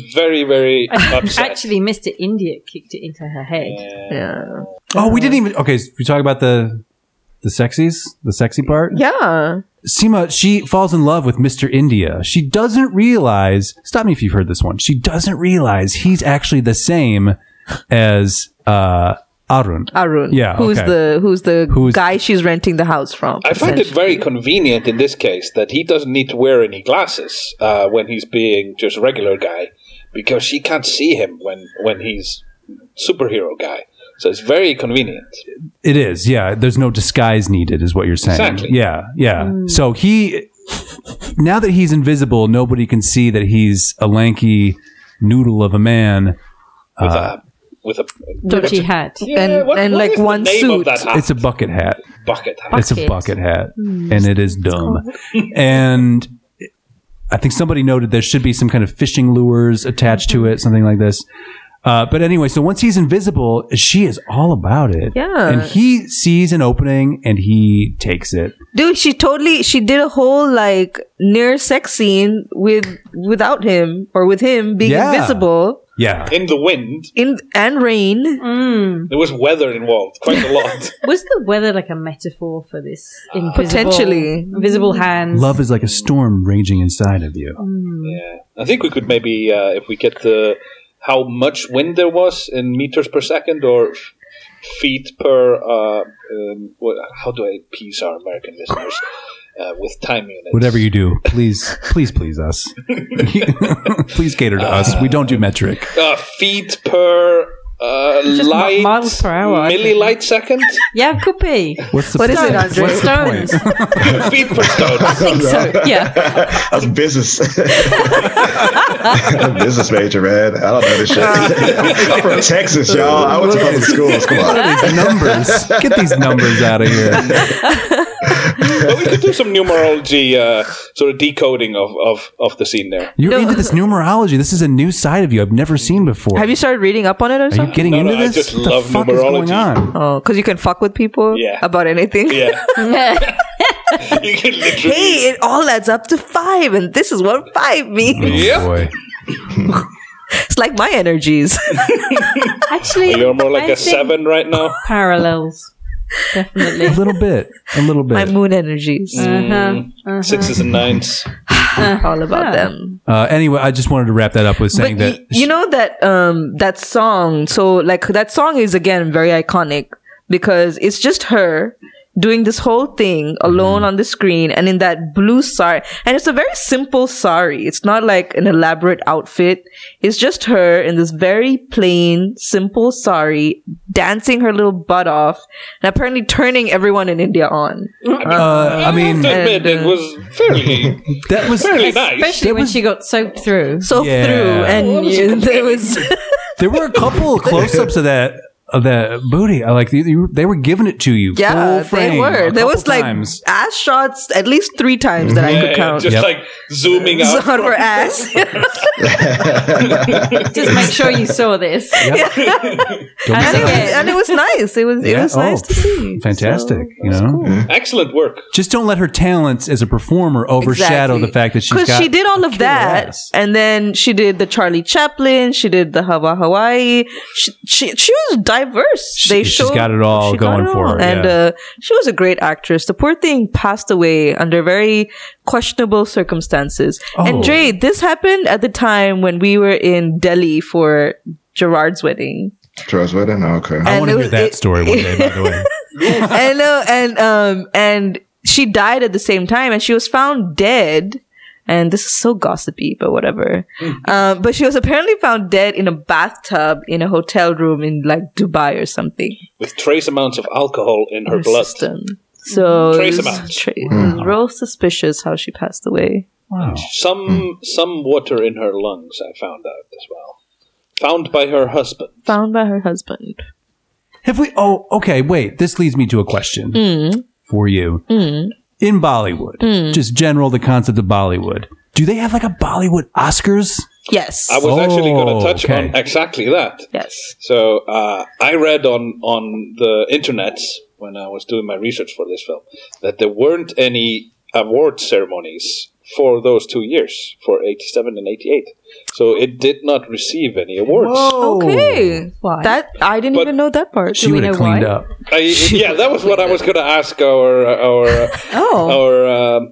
Speaker 2: [laughs]
Speaker 5: very, very upset.
Speaker 6: Actually, Mr. India kicked it into her head.
Speaker 2: Yeah.
Speaker 4: Oh, we didn't even. Okay, so we talk about the the sexies, the sexy part.
Speaker 2: Yeah.
Speaker 4: Seema, she falls in love with Mr. India. She doesn't realize, stop me if you've heard this one. She doesn't realize he's actually the same as uh, Arun.
Speaker 2: Arun.
Speaker 4: Yeah,
Speaker 2: Who's
Speaker 4: okay.
Speaker 2: the who's the
Speaker 4: Who's-
Speaker 2: guy she's renting the house from?
Speaker 5: I find it very convenient in this case that he doesn't need to wear any glasses uh, when he's being just a regular guy, because she can't see him when when he's superhero guy. So it's very convenient.
Speaker 4: It is, yeah. There's no disguise needed, is what you're saying.
Speaker 5: Exactly.
Speaker 4: Yeah, yeah. So he, now that he's invisible, nobody can see that he's a lanky noodle of a man.
Speaker 5: With
Speaker 4: Uh,
Speaker 5: a with a
Speaker 6: Which he had.
Speaker 5: Yeah,
Speaker 2: And- and like
Speaker 5: is the
Speaker 2: one
Speaker 5: name
Speaker 2: suit.
Speaker 5: Of that hat?
Speaker 4: It's a bucket hat.
Speaker 5: bucket hat.
Speaker 4: It's a
Speaker 6: Bucket.
Speaker 4: bucket hat, and it is dumb. and I think somebody noted there should be some kind of fishing lures attached to it, something like this. Uh, but anyway, so once he's invisible, she is all about it.
Speaker 2: Yeah.
Speaker 4: and he sees an opening and he takes it.
Speaker 2: Dude, she totally she did a whole like near sex scene with without him or with him being
Speaker 4: Yeah.
Speaker 2: invisible
Speaker 4: Yeah,
Speaker 5: in the wind,
Speaker 2: in and rain.
Speaker 5: there was weather involved quite
Speaker 4: [laughs]
Speaker 5: a lot.
Speaker 6: Mm. Was the weather like a metaphor for this
Speaker 5: Uh,
Speaker 6: invisible,
Speaker 2: Potentially. Mm.
Speaker 6: invisible hands?
Speaker 4: love is like a storm raging inside of you.
Speaker 5: I think we could maybe, uh, if we get the how much wind there was in meters per second or f- feet per. Uh, um, what, how do I appease our American listeners uh, with time units?
Speaker 4: Whatever you do, please, please, please [laughs] us. please cater to us. We don't do metric.
Speaker 5: Uh, feet per uh,
Speaker 6: Just mi-
Speaker 5: light
Speaker 6: miles per hour, I think.
Speaker 5: millilight [laughs] second
Speaker 6: Yeah, could be.
Speaker 4: What's the
Speaker 2: What is it,
Speaker 4: point?
Speaker 2: Andre?
Speaker 4: What's
Speaker 6: Stones.
Speaker 4: the point?
Speaker 5: feet per stone.
Speaker 6: think
Speaker 7: [laughs]
Speaker 6: so. Yeah.
Speaker 7: That's business. [laughs] I'm a business major, man. I don't know this shit. I'm from Texas, y'all. I went to public schools. Come
Speaker 4: Uh. What
Speaker 7: on.
Speaker 4: are these numbers? Get these numbers out of here.
Speaker 5: [laughs] but we could do [laughs] some numerology uh, sort of decoding of, of, of the scene there.
Speaker 4: You're into this numerology. This is a new side of you I've never seen before.
Speaker 2: Have you started reading up on it or
Speaker 4: Are you
Speaker 2: something?
Speaker 4: getting
Speaker 5: No, no,
Speaker 4: into
Speaker 5: I
Speaker 4: this?
Speaker 5: just
Speaker 4: what the
Speaker 5: love
Speaker 4: fuck is going
Speaker 5: numerology.
Speaker 4: on?
Speaker 2: Oh, because you can fuck with people
Speaker 5: Yeah.
Speaker 2: about anything.
Speaker 5: Yeah, you can literally.
Speaker 2: [laughs] Hey, it all adds up to five, and this is what five means.
Speaker 5: Yeah.
Speaker 4: Oh, Boy.
Speaker 2: It's like my energies. [laughs]
Speaker 6: Actually,
Speaker 5: You're more like
Speaker 6: a
Speaker 5: a seven right now.
Speaker 6: Parallels.
Speaker 4: [laughs]
Speaker 6: Definitely.
Speaker 4: A little bit. A little
Speaker 2: my
Speaker 4: bit.
Speaker 2: moon energies.
Speaker 6: Uh-huh.
Speaker 5: Sixes and nines.
Speaker 2: All about
Speaker 6: Yeah.
Speaker 2: them.
Speaker 4: Uh, anyway, I just wanted to wrap that up with saying
Speaker 2: But
Speaker 4: that
Speaker 2: y- you know that um that song. So like that song is again very iconic because it's just her doing this whole thing
Speaker 4: Mm-hmm.
Speaker 2: alone on the screen and in that blue sari and it's a very simple sari it's not like an elaborate outfit it's just her in this very plain simple sari dancing her little butt off and apparently turning everyone in india on
Speaker 4: uh, I mean,
Speaker 5: I have to
Speaker 2: and,
Speaker 5: admit, it
Speaker 2: uh,
Speaker 5: was fairly,
Speaker 4: that was
Speaker 5: fairly nice.
Speaker 6: Especially when she got soaked through.
Speaker 2: so
Speaker 4: Yeah.
Speaker 2: through and you, [laughs] there was
Speaker 4: there were a
Speaker 2: [laughs]
Speaker 4: couple of close-ups of that of that booty. I like you- you- they were giving it to you.
Speaker 2: Yeah,
Speaker 4: full frame,
Speaker 2: they were.
Speaker 4: a
Speaker 2: There was
Speaker 4: couple
Speaker 2: like
Speaker 4: times.
Speaker 2: ass shots at least three times that I
Speaker 5: Yeah,
Speaker 2: could
Speaker 5: yeah,
Speaker 2: count.
Speaker 5: Uh, Just
Speaker 4: Yep.
Speaker 5: like zooming
Speaker 2: [laughs]
Speaker 5: out.
Speaker 2: on
Speaker 5: [laughs]
Speaker 2: her [laughs] ass.
Speaker 6: Just make sure you saw this. [laughs]
Speaker 4: Don't
Speaker 2: and,
Speaker 4: be
Speaker 2: it was,
Speaker 4: sad.
Speaker 2: and it was nice. It was it
Speaker 4: Yeah.
Speaker 2: was nice
Speaker 4: Oh,
Speaker 2: to see.
Speaker 4: Fantastic. you know,
Speaker 5: Excellent work.
Speaker 4: just don't let her talents as a performer overshadow
Speaker 2: Exactly.
Speaker 4: the fact that she's
Speaker 2: Because
Speaker 4: got
Speaker 2: she did all of that,
Speaker 4: ass.
Speaker 2: and then she did the Charlie Chaplin, she did the Hawa Hawaii. She she, she was diverse. they
Speaker 4: she's
Speaker 2: showed,
Speaker 4: got it all
Speaker 2: she got
Speaker 4: going
Speaker 2: it
Speaker 4: for
Speaker 2: all.
Speaker 4: her,
Speaker 2: and
Speaker 4: yeah.
Speaker 2: uh, she was a great actress. The poor thing passed away under very questionable circumstances.
Speaker 4: Oh.
Speaker 2: And Dre, this happened at the time when we were in Delhi for Gerard's wedding.
Speaker 7: Trust me, then? Okay.
Speaker 4: I
Speaker 2: and
Speaker 4: want
Speaker 2: it
Speaker 4: to hear
Speaker 2: was-
Speaker 4: that
Speaker 2: it-
Speaker 4: story one day. By
Speaker 2: [laughs]
Speaker 4: the way,
Speaker 2: I know, and um, and she died at the same time, and she was found dead. And this is so gossipy, but whatever.
Speaker 5: Mm.
Speaker 2: Um, but she was apparently found dead in a bathtub in a hotel room in like Dubai or something.
Speaker 5: With trace amounts of alcohol in her blood. Mm-hmm.
Speaker 2: System. So
Speaker 5: Trace
Speaker 2: it was,
Speaker 5: amounts.
Speaker 2: tra- it
Speaker 4: Hmm.
Speaker 2: was real suspicious how she passed away.
Speaker 4: wow. Hmm.
Speaker 5: Some some water in her lungs, I found out as well. Found by her husband.
Speaker 2: Found by her husband.
Speaker 4: Have we? Oh, okay. Wait. This leads me to a question
Speaker 2: Hmm.
Speaker 4: for you. In Bollywood, just general the concept of Bollywood. Do they have like a Bollywood Oscars?
Speaker 2: Yes.
Speaker 5: I was actually going
Speaker 4: Oh,
Speaker 5: to touch
Speaker 4: okay.
Speaker 5: on exactly that.
Speaker 2: yes.
Speaker 5: So uh, I read on on the internet when I was doing my research for this film that there weren't any award ceremonies for those two years for 87 and 88 so it did not receive any awards
Speaker 2: Oh. Okay.
Speaker 6: Why?
Speaker 2: That I didn't
Speaker 5: Oh. But-
Speaker 2: even know that part.
Speaker 4: She would have cleaned up.
Speaker 5: I, yeah that was what i was going to ask our our
Speaker 6: Oh.
Speaker 5: our um,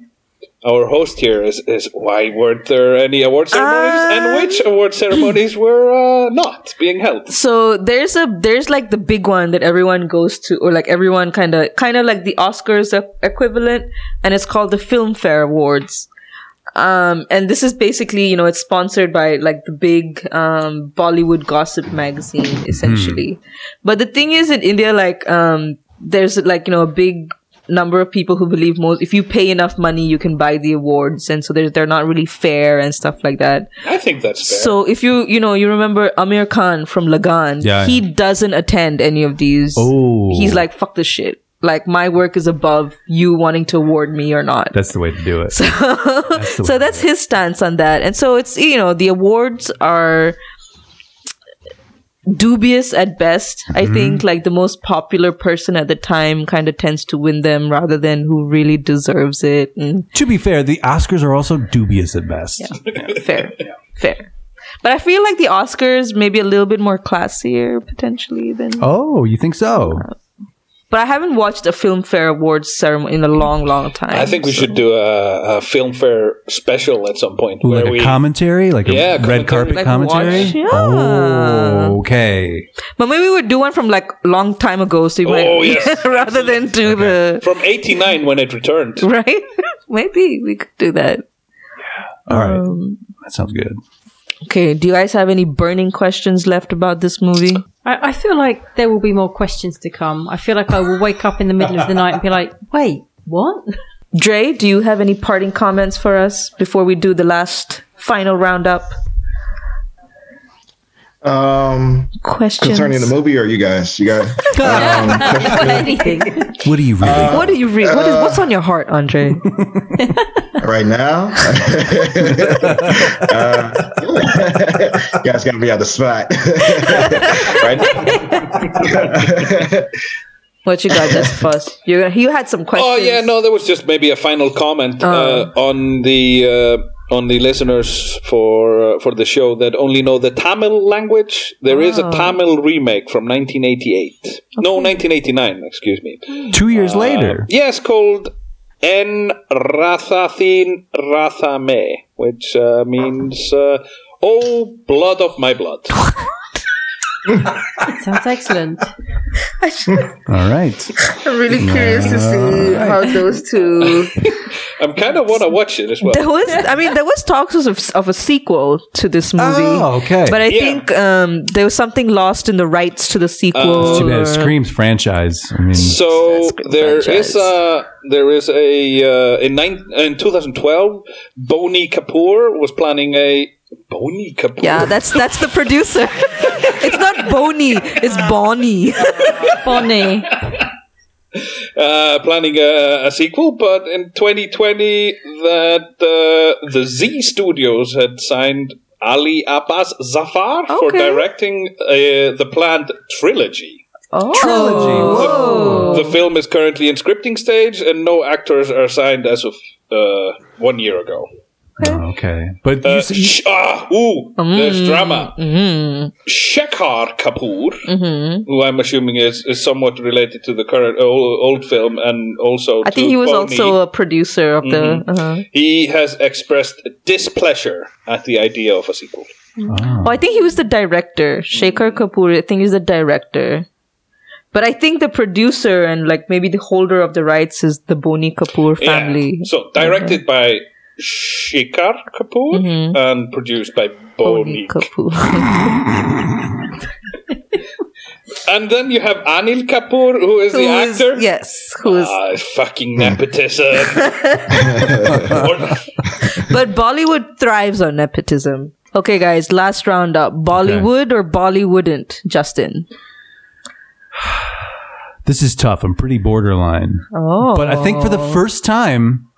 Speaker 5: our host here is, is why weren't there any award ceremonies and which award ceremonies were uh, not being held
Speaker 2: so there's a there's like the big one that everyone goes to or like everyone kind of kind of like the oscars e- equivalent and it's called the filmfare awards um and this is basically you know it's sponsored by like the big um bollywood gossip magazine essentially but the thing is in india like um there's like you know a big number of people who believe most if you pay enough money you can buy the awards and so they're, they're not really fair and stuff like that
Speaker 5: i think that's fair
Speaker 2: so if you you know you remember Amir Khan from Lagan,
Speaker 4: Yeah.
Speaker 2: he doesn't attend any of these.
Speaker 4: Oh.
Speaker 2: he's like fuck this shit. Like my work is above you wanting to award me or not.
Speaker 4: That's the way to do it. the way
Speaker 2: so that's his stance on that. And so it's you know the awards are dubious at best.
Speaker 4: Mm-hmm.
Speaker 2: I think like the most popular person at the time kind of tends to win them rather than who really deserves it. And
Speaker 4: to be fair, the Oscars are also dubious at best. [laughs]
Speaker 2: fair, fair. But I feel like the Oscars may be a little bit more classier potentially than.
Speaker 4: Oh, you think so?
Speaker 2: But I haven't watched a Filmfare Awards ceremony in a long, long time.
Speaker 5: I think we should do a, a filmfare special at some point
Speaker 4: Ooh,
Speaker 5: where
Speaker 4: like
Speaker 5: we
Speaker 4: a commentary, like
Speaker 5: Yeah,
Speaker 4: a red
Speaker 5: commentary.
Speaker 4: carpet
Speaker 2: Like
Speaker 4: commentary.
Speaker 2: watch- yeah.
Speaker 4: Oh, okay.
Speaker 2: But maybe we would do one from like long time ago, so you might [laughs]
Speaker 5: Oh, yes.
Speaker 2: rather than do the
Speaker 5: from 89 when it returned.
Speaker 2: right. [laughs] maybe we could do that.
Speaker 4: All right, that sounds good.
Speaker 2: Okay. Do you guys have any burning questions left about this movie?
Speaker 6: I, I feel like there will be more questions to come. I feel like I will wake up in the middle of the night and be like, wait, what? [laughs]
Speaker 2: Dre, do you have any parting comments for us before we do the last final roundup
Speaker 7: Um,
Speaker 2: questions?
Speaker 7: concerning the movie, or you guys, you Um,
Speaker 4: [laughs]
Speaker 7: guys.
Speaker 6: Anything.
Speaker 4: What do you really?
Speaker 2: What do you read? What is
Speaker 7: Uh,
Speaker 2: what's on your heart,
Speaker 7: [laughs]
Speaker 2: Andre?
Speaker 7: right now. [laughs] Uh, [laughs] you guys got me out the spot. [laughs] right?
Speaker 2: What you got just for us? You're gonna, you had some questions.
Speaker 5: Oh yeah, no, there was just maybe a final comment uh, on the uh, on the listeners for uh, for the show that only know the Tamil language. There is a Tamil remake from 1988, no 1989, excuse me.
Speaker 4: Two years later.
Speaker 5: Yes, called En Rathathin Rathame, which uh, means uh, "Oh, blood of my blood."
Speaker 6: Sounds excellent.
Speaker 4: All right.
Speaker 9: I'm really curious to see how those two.
Speaker 5: I'm kind of want to watch it as well.
Speaker 2: There was, I mean, there was talks of, of a sequel to this movie.
Speaker 4: Oh, okay.
Speaker 2: But I
Speaker 5: Yeah. Oh.
Speaker 2: think um, there was something lost in the rights to the sequel.
Speaker 4: Too bad. Scream's franchise. I mean,
Speaker 5: So
Speaker 2: That's good
Speaker 5: there
Speaker 2: franchise.
Speaker 5: is a there is a uh, in nine, in 2012, Boney Kapoor was planning a Boney Kapoor.
Speaker 2: yeah, that's that's the producer. [laughs] it's not Boney, it's Bonnie.
Speaker 6: Bonnie.
Speaker 5: uh, planning a, a sequel, but in 2020, that uh, the Z Studios had signed Ali Abbas Zafar for
Speaker 2: Okay.
Speaker 5: directing uh, the planned trilogy.
Speaker 4: Oh. trilogy.
Speaker 2: Oh.
Speaker 5: The film is currently in scripting stage, and no actors are signed as of uh, one year ago.
Speaker 4: oh, Okay. But
Speaker 5: Uh,
Speaker 4: you, said-
Speaker 5: sh- ah, ooh,
Speaker 2: Mm-hmm.
Speaker 5: there's drama. Shekhar Kapoor,
Speaker 2: Mm-hmm.
Speaker 5: who I'm assuming is, is somewhat related to the current uh, old, old film, and also
Speaker 2: I think
Speaker 5: to
Speaker 2: he was
Speaker 5: Boney. Mm-hmm.
Speaker 2: also a producer of the. uh
Speaker 5: He has expressed displeasure at the idea of a sequel.
Speaker 2: Oh, I think he was the director. Shekhar Kapoor, I think he's the director. But I think the producer and like maybe the holder of the rights is the Bonnie Kapoor
Speaker 5: Yeah.
Speaker 2: family.
Speaker 5: So directed by Shekhar Kapoor and produced by Bonnie.
Speaker 2: Mm-hmm. Kapoor. [laughs]
Speaker 5: And then you have Anil Kapoor, who is the
Speaker 2: Who is-
Speaker 5: actor.
Speaker 2: yes, who is
Speaker 5: Ah, fucking nepotism.
Speaker 2: [laughs]
Speaker 5: Or-
Speaker 2: But Bollywood thrives on nepotism. Okay, guys, last round up. Bollywood or Bollywouldn't, Justin?
Speaker 4: this is tough. I'm pretty borderline.
Speaker 2: Oh,
Speaker 4: But I think for the first time,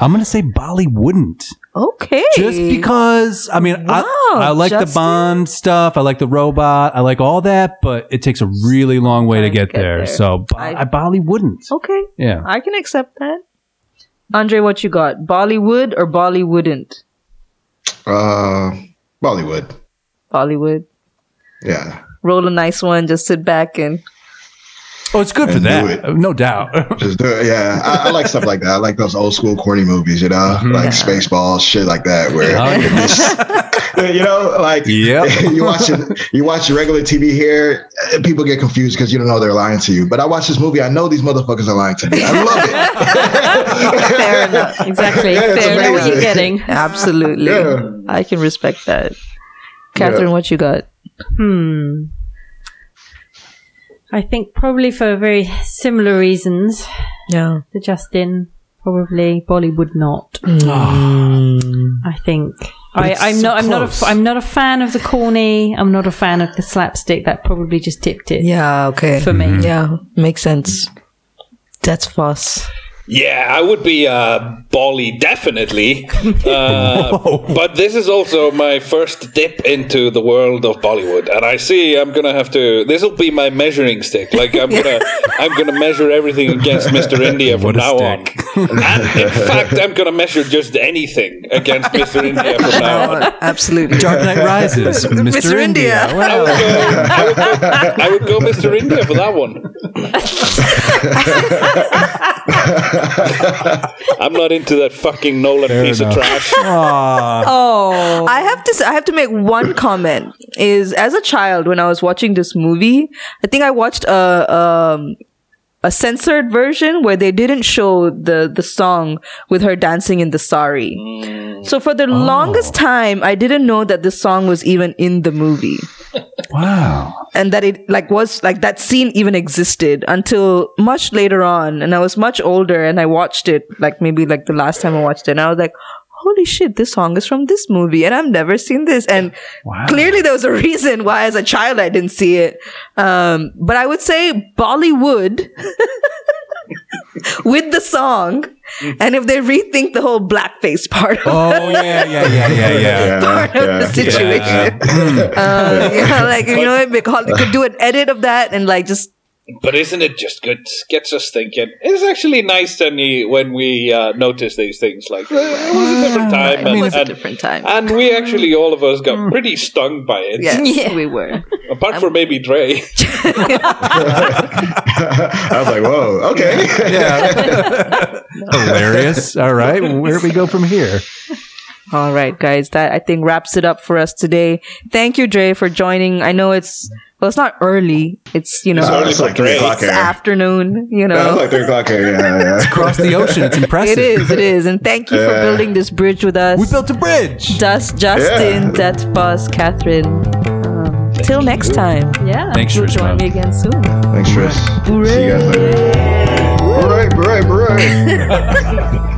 Speaker 4: I'm going to say Bali wouldn't.
Speaker 2: okay.
Speaker 4: Just because, I mean, I,
Speaker 2: Wow,
Speaker 4: I like the
Speaker 2: Justin.
Speaker 4: Bond stuff. I like the robot. I like all that, but it takes a really long way to get, there. So Bo- I, Oh. Bali wouldn't.
Speaker 2: okay,
Speaker 4: Yeah.
Speaker 2: I can accept that. Andre, what you got? Bollywood or Bollywouldn't?
Speaker 7: uh, Bollywood.
Speaker 2: Bollywood.
Speaker 7: Yeah.
Speaker 2: Roll a nice one. Just sit back and
Speaker 4: Oh, it's good for
Speaker 7: I knew
Speaker 4: that. [laughs] No doubt.
Speaker 7: Just do it. Yeah. I, I like stuff like that. I like those old school corny movies, you know,
Speaker 4: Mm-hmm.
Speaker 7: like Spaceballs, shit like that, where [laughs] you know, like
Speaker 4: Yep.
Speaker 7: [laughs] you watching you watch regular TV here, uh, people get confused because you don't know they're lying to you. But I watch this movie, I know these motherfuckers are lying to me. I love it.
Speaker 2: fair enough.
Speaker 6: Exactly.
Speaker 7: Yeah, it's
Speaker 6: Fair. You know what you're
Speaker 7: amazing.
Speaker 6: getting.
Speaker 2: Absolutely,
Speaker 7: Yeah.
Speaker 2: I can respect that. Catherine,
Speaker 7: Yeah.
Speaker 2: what you got?
Speaker 6: Hmm. I think probably for very similar reasons
Speaker 2: Yeah.
Speaker 6: to Justin, probably Bollywood not. I think. I,
Speaker 4: it's
Speaker 6: I'm
Speaker 4: so
Speaker 6: not. I'm not. A, f-
Speaker 4: close.
Speaker 6: I'm not a fan of the corny. I'm not a fan of the slapstick. That probably just tipped it
Speaker 2: Yeah. Mm-hmm. Okay.
Speaker 6: for me.
Speaker 2: Yeah, makes sense. That's false.
Speaker 5: Yeah, I would be uh, Bali
Speaker 4: [laughs]
Speaker 5: definitely. Uh, but this is also my first dip into the world of Bollywood, and I see I'm gonna have to. This will be my measuring stick. Like
Speaker 4: [laughs]
Speaker 5: I'm gonna, I'm gonna measure everything against Mr. India
Speaker 4: What
Speaker 5: from
Speaker 4: a
Speaker 5: now
Speaker 4: stick.
Speaker 5: on. And
Speaker 4: [laughs]
Speaker 5: in fact, I'm gonna measure just anything against Mr. India from [laughs] now on.
Speaker 2: Absolutely.
Speaker 4: Dark [laughs] Knight Rises, Mr.
Speaker 2: Mr. India.
Speaker 4: India. Wow.
Speaker 5: I would, go, I, would go, I would go Mr. India for that
Speaker 4: [laughs]
Speaker 5: one. [laughs] I'm not into that fucking Nolan piece of trash.
Speaker 4: [laughs]
Speaker 6: Oh,
Speaker 2: I have to s- I have to make one comment is as a child when I was watching this movie, I think I watched a um a censored version where they didn't show the the song with her dancing in the sari. So for the longest time I didn't know that this song was even in the movie.
Speaker 4: Wow.
Speaker 2: and that it like was like that scene even existed until much later on and i was much older and i watched it like maybe like the last time i watched it and i was like holy shit this song is from this movie and i've never seen this and clearly there was a reason why as a child i didn't see it um, but i would say bollywood [laughs] with the song and if they rethink the whole blackface part of,
Speaker 4: Mm-hmm. Oh yeah, yeah, yeah, [laughs] yeah, [laughs]
Speaker 2: [laughs]
Speaker 4: yeah.
Speaker 2: part of the situation uh, yeah, like [laughs] you know, they call- they could do an edit of that and like just
Speaker 5: But isn't it just good? Gets us thinking. It's actually nice, Tony, when we uh, notice these things. Like, eh, it was a different time.
Speaker 4: mean,
Speaker 5: and,
Speaker 4: it's
Speaker 5: and,
Speaker 2: different time.
Speaker 5: and we actually, all of us, got pretty stung by it.
Speaker 2: Yes,
Speaker 6: Yeah.
Speaker 2: we were.
Speaker 5: Apart from maybe Dre.
Speaker 7: [laughs] I was like, whoa, okay.
Speaker 4: Hilarious. All right, where do we go from here?
Speaker 2: All right, guys, that I think wraps it up for us today. Thank you, Dre, for joining. I know it's well, it's not early. It's you know,
Speaker 5: It's early
Speaker 7: Uh, it's like
Speaker 5: for
Speaker 7: three
Speaker 5: Dre.
Speaker 7: o'clock
Speaker 2: it's
Speaker 7: here.
Speaker 2: afternoon. You
Speaker 7: Yeah, it's
Speaker 2: know,
Speaker 7: like three o'clock here. Yeah, yeah.
Speaker 4: Across the ocean. It's impressive.
Speaker 2: it is. It is. And thank you for
Speaker 7: Yeah.
Speaker 2: building this bridge with us.
Speaker 4: We built a bridge.
Speaker 2: Dust, Justin,
Speaker 7: Yeah.
Speaker 2: Death Buzz, Catherine. Um, till next time.
Speaker 6: Yeah.
Speaker 4: Thanks,
Speaker 2: You'll join
Speaker 4: Rishma.
Speaker 2: me again soon.
Speaker 7: Thanks, Tris. See you guys later. Bray, bray, bray.